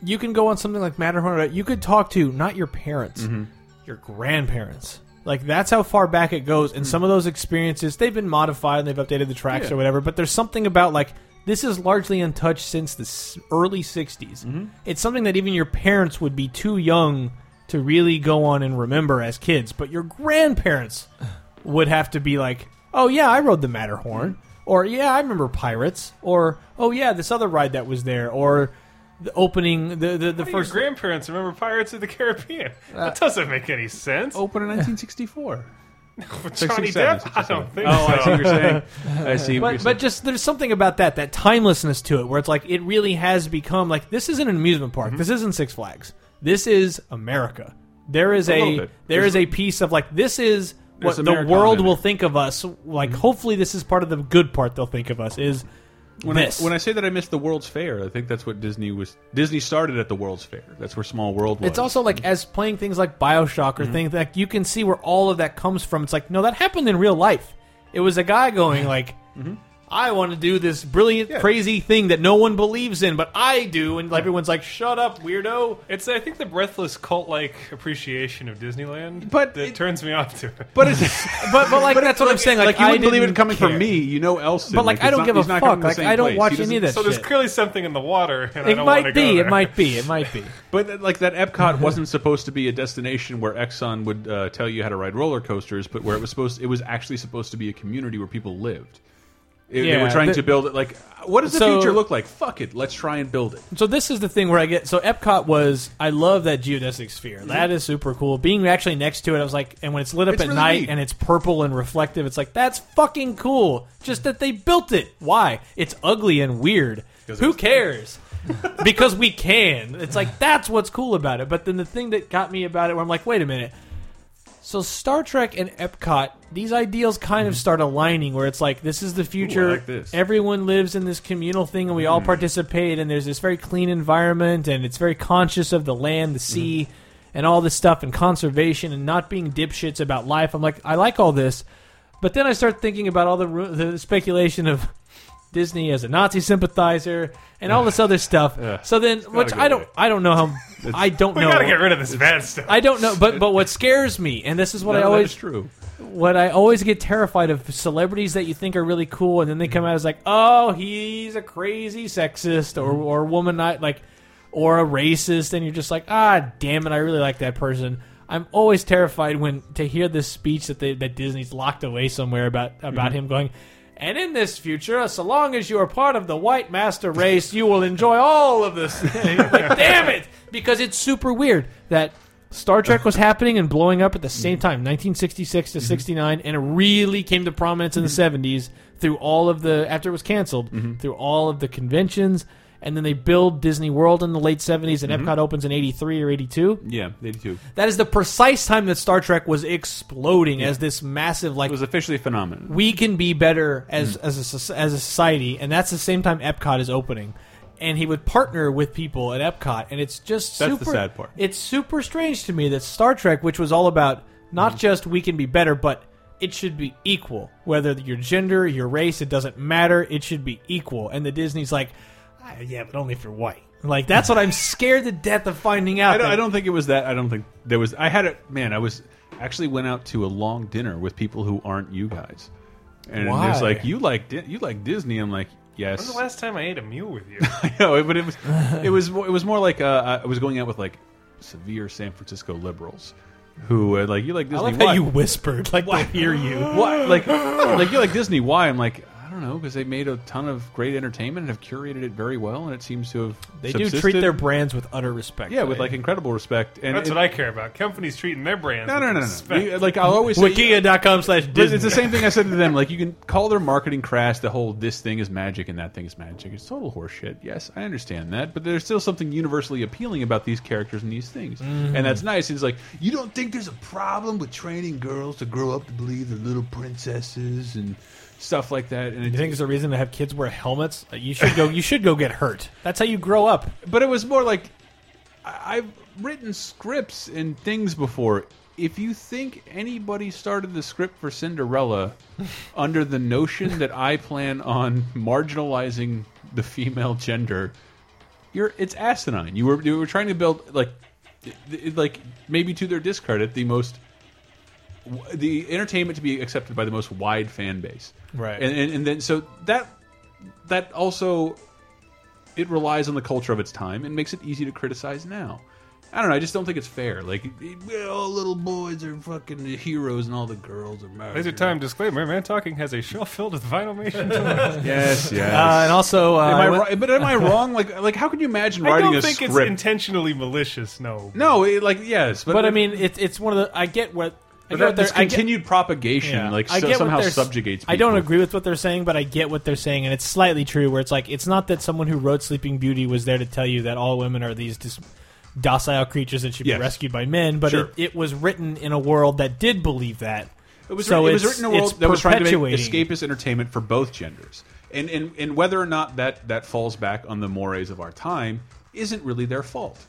D: you can go on something like Matterhorn. You could talk to not your parents,
B: Mm-hmm.
D: your grandparents. Like that's how far back it goes. And some of those experiences they've been modified and they've updated the tracks
B: Yeah.
D: or whatever. But there's something about like this is largely untouched since the s- early '60s. It's something that even your parents would be too young to really go on and remember as kids, but your grandparents would have to be like, "Oh yeah, I rode the Matterhorn," or "Yeah, I remember pirates," or "Oh yeah, this other ride that was there," or the opening the the, the
G: How do your
D: first Uh,
G: grandparents remember Pirates of the Caribbean. That doesn't make any sense.
D: oh,
B: Open in 1964.
G: With Johnny
B: 67,
G: Depp? I
B: 67.
G: don't think
B: Oh, I see
G: so.
B: what you're saying. I see. what you're
D: But, but just there's something about that that timelessness to it where it's like it really has become like this isn't an amusement
B: Mm-hmm.
D: park this isn't six flags this is america there is
B: A little
D: a,
B: bit.
D: there is a piece of like this is
B: There's
D: what the
B: Americana
D: world
B: in Mm-hmm.
D: will
B: it.
D: think of us like hopefully this is part of the good part they'll think of us is
B: When
D: this
B: I when I say that I missed the World's Fair, I think that's what Disney was. Disney started at the World's Fair. That's where Small World was.
D: It's also like as playing things like Bioshock or things like you can see where all of that comes from. It's like no, that happened in real life. It was a guy going like, I want to do this brilliant, crazy thing that no one believes in, but I do, and everyone's like, shut up, weirdo.
G: It's I think the breathless cult like appreciation of Disneyland
B: But
G: that
B: it-
G: turns me off to it.
B: but it's
D: But but like that's what I'm saying. Like,
B: you
D: I
B: wouldn't believe it
D: didn't
B: coming
D: care.
B: from me. You know, Elson.
D: But like, I
B: it's
D: don't
B: not-
D: give a
B: he's not coming
D: fuck.
B: from the
D: Like
B: same
D: I don't
B: place.
D: watch
B: He
D: any
B: doesn't-
D: of that.
G: So
D: shit.
G: there's clearly something in the water, and I
D: It
G: don't want to
D: might
G: go
D: be.
G: there.
D: It might be. It might be.
B: But uh, like that Epcot wasn't supposed to be a destination where Exxon would uh, tell you how to ride roller coasters, but where it was supposed, it was actually supposed to be a community where people lived. It- they
D: Yeah,
B: were trying
D: but-
B: to build it. Like, what does the
D: So-
B: future look like? Fuck it, let's try and build it.
D: So this is the thing where I get so Epcot was I love that geodesic sphere. That is super cool. Being actually next to it, I was like, and when it's lit up
B: Mm-hmm. It's
D: at
B: really
D: night
B: neat.
D: and it's purple and reflective, it's like that's fucking cool. Just that they built it. Why? It's ugly and weird. Who cares? because we can. It's like that's what's cool about it. But then the thing that got me about it, where I'm like, wait a minute. So Star Trek and Epcot, these ideals kind of start aligning where it's like this is the future.
B: Mm-hmm. like this.
D: Everyone lives in this communal thing and we
G: Mm.
D: all participate and there's this very clean environment and it's very conscious of the land, the sea,
G: Mm.
D: and all this stuff and conservation and not being dipshits about life. I'm like, I like all this. But then I start thinking about all the ru- the speculation of Disney as a Nazi sympathizer and all this other stuff. So then, which
B: go
D: I don't,
B: away.
D: I don't know how, I don't
G: We
D: know.
G: gotta get rid of this bad stuff.
D: I don't know, but but what scares me, and this is what
B: None
D: I
B: of that
D: always
B: is true.
D: what I always get terrified of celebrities that you think are really cool, and then they come out as like, oh, he's a crazy sexist or or woman not like or a racist, and you're just like, ah, damn it, I really like that person. I'm always terrified when to hear this speech that they, that Disney's locked away somewhere about about him going. And in this future, so long as you are part of the white master race, you will enjoy all of this. like, damn it, because it's super weird that Star Trek was happening and blowing up at the same time, 1966 to 69, and it really came to prominence in the 70s through all of the after it was canceled, through all of the conventions, and then they build Disney World in the late 70s, and Epcot opens in 83 or 82.
B: Yeah, they do. too.
D: That is the precise time that Star Trek was exploding as this massive like
B: It was officially a phenomenon.
D: we can be better as
B: Mm.
D: as a soc- as a society, and that's the same time Epcot is opening. And he would partner with people at Epcot, and it's just
B: That's the
D: super,
B: sad part.
D: It's super strange to me that Star Trek, which was all about
B: Mm-hmm.
D: not just we can be better, but it should be equal. Whether your gender, your race, it doesn't matter. It should be equal. And the Disney's like, "Ah, yeah, but only if you're white. Like that's what I'm scared to death of finding out.
B: I don't,
D: that-
B: I don't think it was that. I don't think there was. I had it. Man, I was actually went out to a long dinner with people who aren't you guys, and
E: Why?
B: it's like you like Di- you like Disney. I'm like yes.
G: When's the last time I ate a meal with you?
B: no, but it was it was more- it was more like uh, I was going out with like severe San Francisco liberals who uh, like you like Disney.
D: I love how
B: why?
D: you whispered, like they hear you.
B: Why? like like you like Disney. Why? I'm like I don't know because they made a ton of great entertainment and have curated it very well, and it seems to have
D: They do
B: subsisted.
D: treat their brands with utter respect.
B: yeah with
D: though.
B: like incredible respect. And
G: That's
B: it-
G: what I care about. Companies treating their brands.
B: No, no,
G: with
B: no, no, no.
G: respect.
B: You- like I'll always say,
D: Wikia.com slash
B: But
D: Disney.
B: it's the same thing I said to them. Like you can call their marketing crash the whole "this thing is magic and that thing is magic." It's total horseshit. Yes, I understand that, but there's still something universally appealing about these characters and these things, and that's nice. It's like you don't think there's a problem with training girls to grow up to believe they're little princesses and stuff like that. And
D: You
B: it,
D: think there's a reason to have kids wear helmets? Uh, You should go. You should go get hurt. That's how you grow up.
B: but it was more like I, I've written scripts and things before. If you think anybody started the script for Cinderella under the notion that I plan on marginalizing the female gender, you're it's asinine. You were you were trying to build like th- th- like maybe to their discredit the most w- the entertainment to be accepted by the most wide fan base.
D: Right.
B: And and, and then so that that also it relies on the culture of its time and makes it easy to criticize now. I don't know. I just don't think it's fair. Like, all little boys are fucking the heroes, and all the girls are murdered.
G: Laser time disclaimer: Man Talking has a shelf filled with vinyl mations.
B: Yes, yes.
D: Uh, and also, uh,
B: am
D: I
B: I
D: went-
B: ri- but am I wrong? Like, like how could you imagine
G: I
B: writing
G: don't
B: a
G: think it's
B: script?
G: intentionally malicious. No,
B: no, it, like yes, but,
D: but I mean, it's it's one of the. I get what. I
B: but
D: get
B: that,
D: what they're-
B: this
D: I get-
B: continued propagation,
D: yeah.
B: like
D: I
B: so-
D: get what
B: somehow
D: they're s-
B: subjugates. People.
D: I don't agree with what they're saying, but I get what they're saying, and it's slightly true. Where it's like it's not that someone who wrote Sleeping Beauty was there to tell you that all women are these dis- docile creatures that should
B: Yes.
D: be rescued by men, but
B: Sure.
D: it, it was written in a world that did believe that.
B: It was,
D: so
B: it was
D: it's-
B: written in a world
D: it's
B: that was trying to make
D: perpetuating.
B: escapist entertainment for both genders, and and and whether or not that that falls back on the mores of our time isn't really their fault.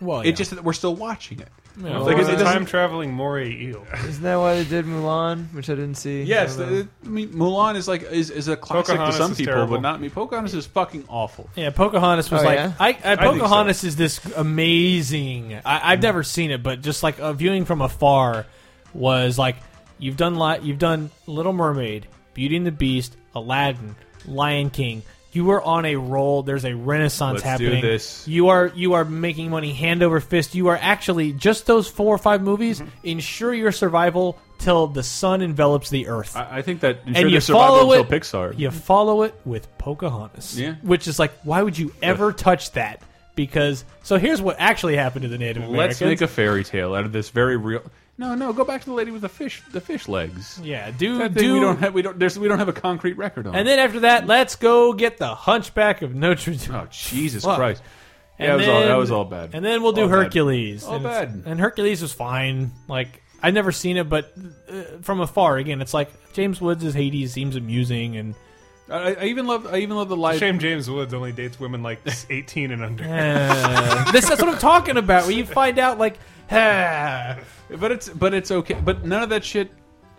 D: Well,
B: It's just that we're still watching it.
D: Yeah.
B: Like,
G: Like
B: it-
G: it's
B: it
G: a
B: doesn't-
G: time traveling moray eel.
E: Isn't that why they did Mulan, which I didn't see?
B: Yes,
E: I don't
B: the, I mean Mulan is like is, is a classic
G: Pocahontas
B: to some
G: is
B: people,
G: terrible.
B: but not me. Pocahontas is fucking awful.
D: Yeah, Pocahontas was
E: Oh,
D: like
E: yeah?
D: I, I, Pocahontas is this amazing. I, I've never seen it, but just like a viewing from afar was like you've done li- you've done Little Mermaid, Beauty and the Beast, Aladdin, Lion King. You are on a roll. There's a renaissance
B: Let's do
D: happening.
B: this.
D: You are you are making money hand over fist. You are actually just those four or five movies
B: Mm-hmm.
D: ensure your survival till the sun envelops the earth
B: I, I think that
D: and
B: ensured
D: you
B: their survival
D: follow
B: until
D: it.
B: Pixar.
D: You follow it with Pocahontas,
B: Yeah.
D: which is like, why would you ever touch that? Because so here's what actually happened to the Native
B: Let's
D: Americans.
B: make a fairy tale out of this very real. No, no, go back to the lady with the fish, the fish legs.
D: yeah, do
B: That thing
D: do.
B: we don't have. We don't. There's, we don't have a concrete record on.
D: and then after that, let's go get the Hunchback of Notre Dame.
B: oh Jesus
D: Fuck.
B: Christ! Yeah,
D: And
B: it was all, that
D: then-
B: was all bad.
D: And then we'll do
B: All bad.
D: Hercules.
B: All
D: and it's-
B: bad.
D: And Hercules was fine. Like I've never seen it, but uh, from afar, again, it's like James Woods as Hades seems amusing, and
B: I, I even love. I even love the live.
G: Shame James Woods only dates women like 18 and under.
D: uh, this that's what I'm talking about. Where you find out like. "Ah,
B: But it's but it's okay. But none of that shit.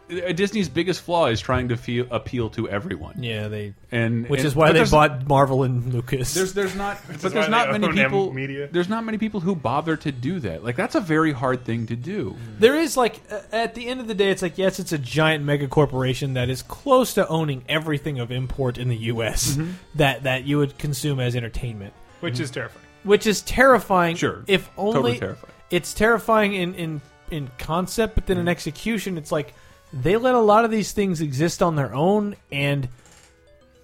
B: uh, Disney's biggest flaw is trying to feel, appeal to everyone,
D: Yeah, they
B: and
D: which
B: and-
D: is why
B: but
D: they
B: there's-
D: bought Marvel and Lucas.
B: There's there's not but
G: is
B: there's
G: why
B: not
G: they
B: many
G: own M
B: people
G: Media.
B: there's not many people who bother to do that. Like that's a very hard thing to do.
D: there is like uh, at the end of the day, it's like yes, it's a giant mega corporation that is close to owning everything of import in the U.S.
B: Mm-hmm.
D: that that you would consume as entertainment,
G: Which is terrifying.
D: which is terrifying.
B: Sure.
D: if only
B: Totally terrifying. Mm.
D: It's terrifying in in in concept, but then in execution, it's like they let a lot of these things exist on their own, and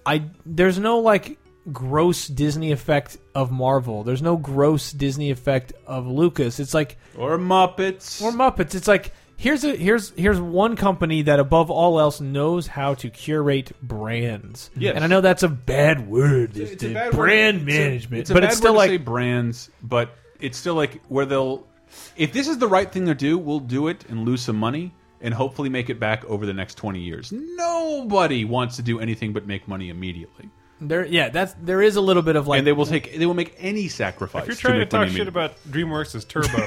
D: I there's no like gross Disney effect of Marvel. There's no gross Disney effect of Lucas. It's like
B: Or Muppets.
D: or Muppets. It's like here's a here's here's one company that above all else knows how to curate brands.
B: Yes.
D: and I know that's a bad word.
B: It's a
D: dude.
B: bad word.
D: brand
B: It's a-
D: management,
B: it's a
D: but
B: bad
D: it's still
B: word
D: like
B: to say brands, but it's still like where they'll if this is the right thing to do, we'll do it and lose some money and hopefully make it back over the next 20 years. Nobody wants to do anything but make money immediately.
D: there. Yeah, that's there is a little bit of like
B: And they will take they will make any sacrifice
G: If you're trying to,
B: make
G: talk
B: money
G: shit
B: immediately.
G: about DreamWorks' Turbo,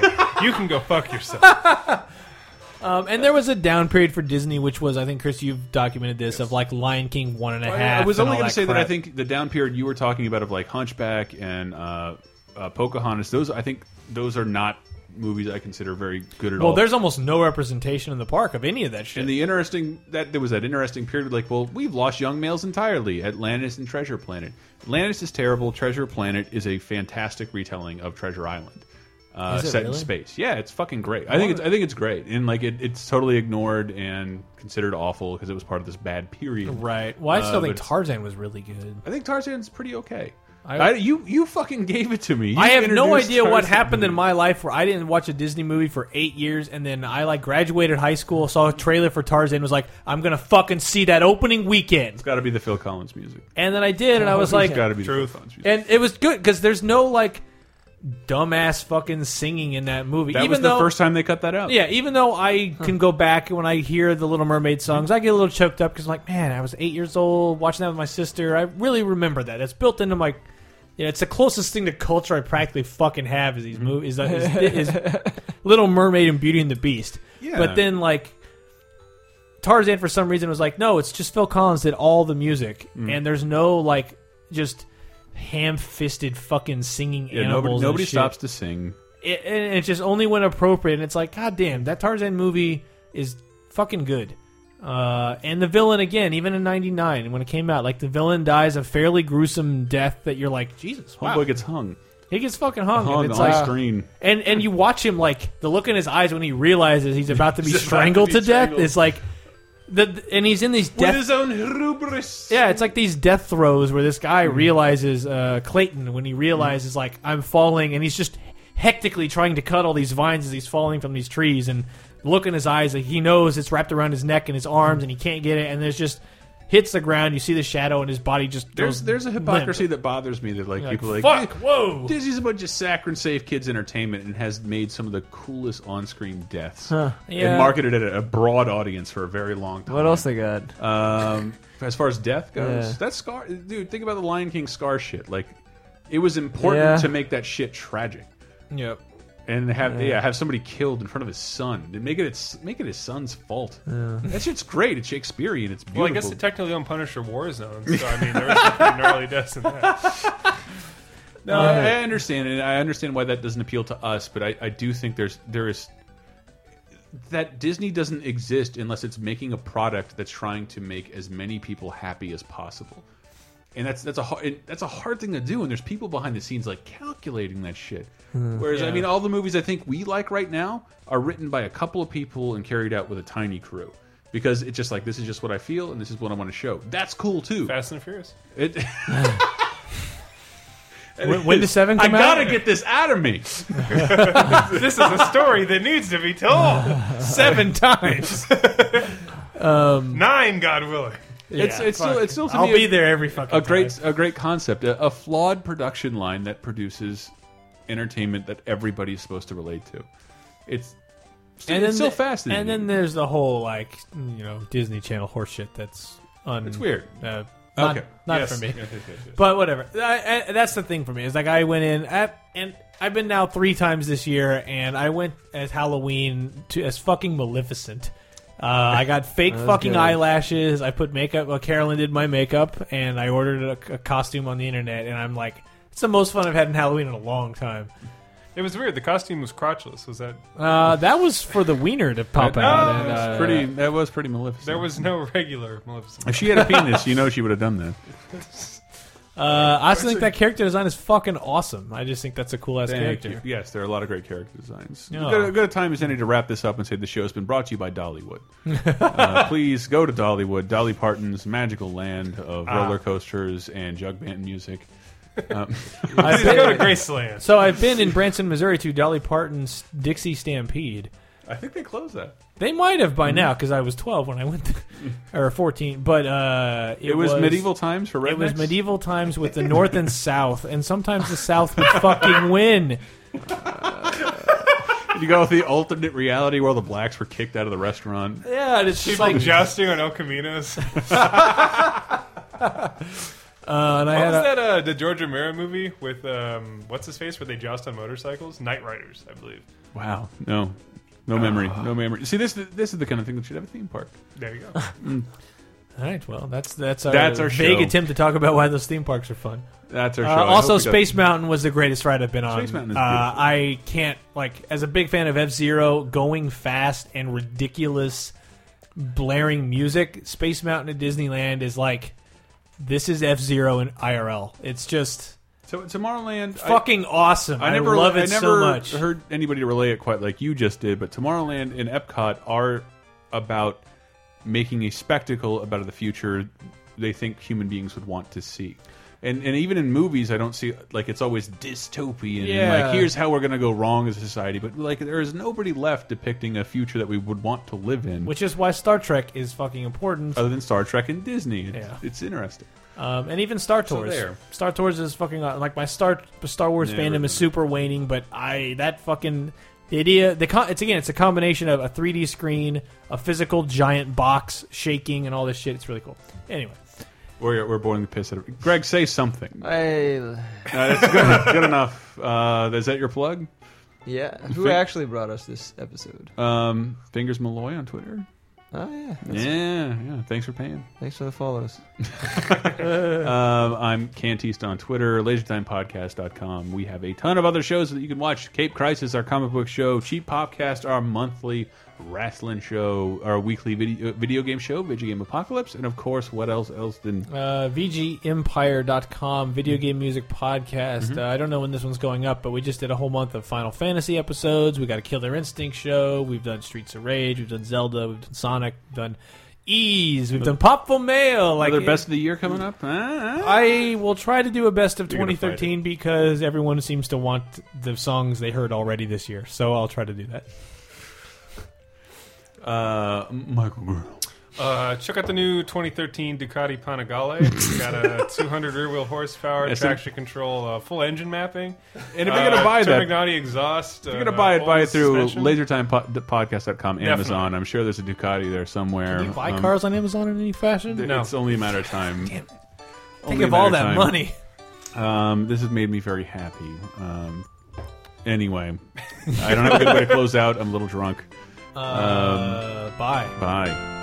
G: you can go fuck yourself.
D: Um, and there was a down period for Disney, which was I think Chris, you've documented this of like Lion King one and a half.
B: Oh, I was
D: and
B: only
D: all
B: going to say that I
D: crap.
B: think the down period you were talking about of like Hunchback and uh, uh, Pocahontas, those I think those are not movies I consider very good at all.
D: Well, there's almost no representation in the park of any of that shit.
B: and the interesting that there was that interesting period like well we've lost young males entirely Atlantis and Treasure Planet. Atlantis is terrible. Treasure Planet is a fantastic retelling of Treasure Island. Uh, uh,
D: Is it
B: set in
D: really?
B: space. Yeah, it's fucking great. I think it's I think it's great, and like it, it's totally ignored and considered awful because it was part of this bad period.
D: Right. Well, I still
B: Uh,
D: think
B: but-
D: Tarzan was really good.
B: I think Tarzan's pretty okay. I,
D: I-
B: you you fucking gave it to me. You
D: I have no
B: introduced
D: idea what
B: Tarzan
D: happened
B: to
D: in
B: me.
D: my life where I didn't watch a Disney movie for eight years, and then I like graduated high school, saw a trailer for Tarzan, was like, I'm gonna fucking see that opening weekend,
B: It's got to be the Phil Collins music.
D: and then I did, and I was
B: It's
D: like,
B: got to be the Phil
G: Truth.
B: Collins music.
D: and it was good because there's no like dumbass fucking singing in that movie.
B: that
D: even
B: was the
D: though,
B: first time they cut that out.
D: yeah, even though I can go back when I hear the Little Mermaid songs, I get a little choked up because I'm like, man, I was eight years old watching that with my sister. I really remember that. It's built into my. You know, it's the closest thing to culture I practically fucking have is these
B: Mm-hmm.
D: movies. Is, is Little Mermaid and Beauty and the Beast.
B: Yeah.
D: But then like Tarzan for some reason was like, no, it's just Phil Collins did all the music,
B: Mm.
D: and there's no like just ham-fisted fucking singing
B: Yeah,
D: animals.
B: nobody,
D: and
B: nobody
D: shit
B: stops to sing.
D: it, and it's just only when appropriate. And it's like, God damn, that Tarzan movie is fucking good. Uh, and the villain again, even in '99 when it came out, like the villain dies a fairly gruesome death that you're like, Jesus, wow,
B: Homeboy gets hung,
D: he gets fucking hung.
B: hung
D: and it's uh,
B: on
D: like,
B: screen.
D: and and you watch him like the look in his eyes when he realizes he's about to be
B: He's about to
D: strangled
B: be
D: to, death
B: strangled.
D: is like the and he's in these
B: With
D: death
B: his own hubris.
D: yeah, it's like these death throes where this guy
B: Mm-hmm.
D: realizes uh, Clayton when he realizes like I'm falling, and he's just hectically trying to cut all these vines as he's falling from these trees, and look in his eyes like he knows it's wrapped around his neck and his arms, and he can't get it, and there's just hits the ground. You see the shadow, and his body just
B: There's
D: goes
B: there's a
D: limp.
B: hypocrisy that bothers me that like
D: You're
B: people
D: like,
B: like
D: fuck, whoa.
B: Disney's a bunch of saccharine safe kids entertainment and has made some of the coolest on screen deaths and
D: Yeah.
B: marketed it at a broad audience for a very long time.
E: What else they got?
B: Um, as far as death goes,
E: Yeah.
B: that scar, dude. Think about the Lion King scar shit. Like, it was important
E: Yeah.
B: to make that shit tragic,
D: Yep.
B: and have yeah. have somebody killed in front of his son. To make it its make it his son's fault. That shit's great. It's Shakespearean. It's beautiful.
G: Well, I guess it technically on Punisher War Zone, so I mean, there was some pretty gnarly deaths in that.
B: No, I understand, and I understand why that doesn't appeal to us. But I, I do think there's there is that Disney doesn't exist unless it's making a product that's trying to make as many people happy as possible, and that's that's a hard, and that's a hard thing to do. And there's people behind the scenes like calculating that shit. Whereas I mean, all the movies I think we like right now are written by a couple of people and carried out with a tiny crew. Because it's just like this is just what I feel and this is what I want to show. That's cool too.
G: Fast and Furious.
B: It,
D: When- when does Seven come
B: I gotta
D: out?
B: get this out of me.
G: This is a story that needs to be told.
D: Seven times.
G: Nine, God willing.
B: it's it's still it's still to
D: I'll
B: me
D: be
B: a,
D: there every fucking
B: a great a great concept, a, a flawed production line that produces entertainment that everybody's supposed to relate to. It's still,
D: and then
B: it's still
D: the-
B: fascinating.
D: And then there's the whole like you know Disney Channel horseshit that's un.
B: it's weird.
D: Uh, not,
B: Okay.
D: Not
G: Yes.
D: for me.
B: Yes, yes, yes, yes.
D: But whatever. I, I, that's the thing for me is like I went in I, and I've been now three times this year, and I went as Halloween to as fucking Maleficent. Uh, I got fake
E: was
D: fucking
E: good.
D: eyelashes. I put makeup. Well, Carolyn did my makeup, and I ordered a, a costume on the internet. And I'm like, it's the most fun I've had in Halloween in a long time.
G: It was weird. The costume was crotchless. Was that?
D: Uh, that was for the wiener to pop
B: That-
D: out.
G: that
D: and,
G: was
D: uh,
B: pretty that was pretty maleficent.
G: There was no regular Maleficent.
B: if she had a penis, you know she would have done that.
D: Uh, I also think that character design is fucking awesome. I just think that's a cool ass
B: Thank
D: character.
B: you. Yes, there are a lot of great character designs.
D: Yeah.
B: Good, a good a time as any to wrap this up and say the show has been brought to you by Dollywood. uh, please go to Dollywood, Dolly Parton's magical land of
D: Ah.
B: roller coasters and jug band music.
D: I've
G: Please go to
D: been,
G: Graceland.
D: so I've been in Branson, Missouri to Dolly Parton's Dixie Stampede.
B: I think they closed that.
D: They might have
B: Mm-hmm.
D: by now because I was 12 when I went, there, or 14. But uh, it,
B: It, was, medieval times for rednecks.
D: It was medieval times with the North and South, and sometimes the South would fucking win.
B: You go with the alternate reality where the blacks were kicked out of the restaurant.
D: Yeah, and it's just
G: People
D: like, uh,
G: jousting on El Caminos. What
D: and I
G: was
D: had a,
G: that? Uh, the George Romero movie with um, what's his face, where they joust on motorcycles? Night Riders, I believe.
B: Wow. No. No
D: Ah.
B: memory. No memory. See, this this is the kind of thing that should have a theme park.
G: There you go.
D: all right. Well, that's that's our,
B: That's our
D: vague
B: show.
D: attempt to talk about why those theme parks are fun.
B: That's our
D: Uh,
B: show. I
D: also,
B: hope we got-
D: Space Mountain was the greatest ride I've been on.
B: Space Mountain is
D: uh,
B: beautiful.
D: I can't like as a big fan of F Zero, going fast and ridiculous, blaring music. Space Mountain at Disneyland is like this is F Zero in IRL. It's just
B: So Tomorrowland, I-
D: Fucking awesome. I, love it
B: I never
D: so much.
B: Heard anybody relay it quite like you just did, but Tomorrowland and Epcot are about making a spectacle about the future they think human beings would want to see. And, and even in movies, I don't see like it's always dystopian. And
D: Yeah.
B: like here's how we're gonna go wrong as a society, but like there is nobody left depicting a future that we would want to live in,
D: Which is why Star Trek is fucking important.
B: other than Star Trek and Disney. It's,
D: Yeah.
B: it's interesting.
D: Um, and even Star Tours.
B: there.
D: Star Tours is fucking uh, like my Star Star Wars
B: Never
D: fandom
B: been.
D: is super waning, but I that fucking the idea the con- it's again it's a combination of a 3D screen, a physical giant box shaking, and all this shit. It's really cool. Anyway,
B: We're we're boring the piss out of Greg. Say something.
E: I,
B: Uh, that's good, good enough. Uh, is that your plug?
E: yeah. Who
B: Think-
E: actually brought us this episode?
B: Um, Fingers Malloy on Twitter.
E: Oh yeah. That's-
B: Yeah, yeah. Thanks for paying.
E: Thanks for the follows.
B: Um, I'm Cantiste on Twitter, lasertimepodcast.com. We have a ton of other shows that you can watch. Cape Crisis, our comic book show. Cheap Popcast, our monthly wrestling show. Our weekly video, uh, video game show, Video Game Apocalypse. And, of course, what else else than...
D: uh, VGEmpire.com video game music
B: Mm-hmm.
D: podcast. Uh, I don't know when this one's going up, but we just did a whole month of Final Fantasy episodes. We got a Killer Instinct show. We've done Streets of Rage. We've done Zelda. We've done Sonic. We've done Ease. We've done Popful Mail. Like
B: Another best of the year coming up? Ah, ah.
D: I will try to do a best of
B: You're gonna fight
D: 2013 because everyone seems to want the songs they heard already this year. So I'll try to do that.
B: Uh, Michael Grill.
G: Uh, check out the new 2013 Ducati Panigale. It's got a 200 rear wheel horsepower,
B: Yes,
G: traction control, uh, full engine mapping.
B: And if you're going to
G: uh,
B: buy that...
G: Termagnotti exhaust. uh,
B: If you're gonna buy it, buy it through
G: laser.
B: lasertimepodcast.com, Amazon. I'm sure there's a Ducati there somewhere.
D: Do you buy
B: Um,
D: cars on Amazon in any fashion?
B: th-
G: No.
B: It's only a matter of time. Damn it.
D: Think of all that money.
B: Um, this has made me very happy. Um, anyway, Um, I don't have a good way to close out. I'm a little drunk.
D: Uh, bye.
B: Bye.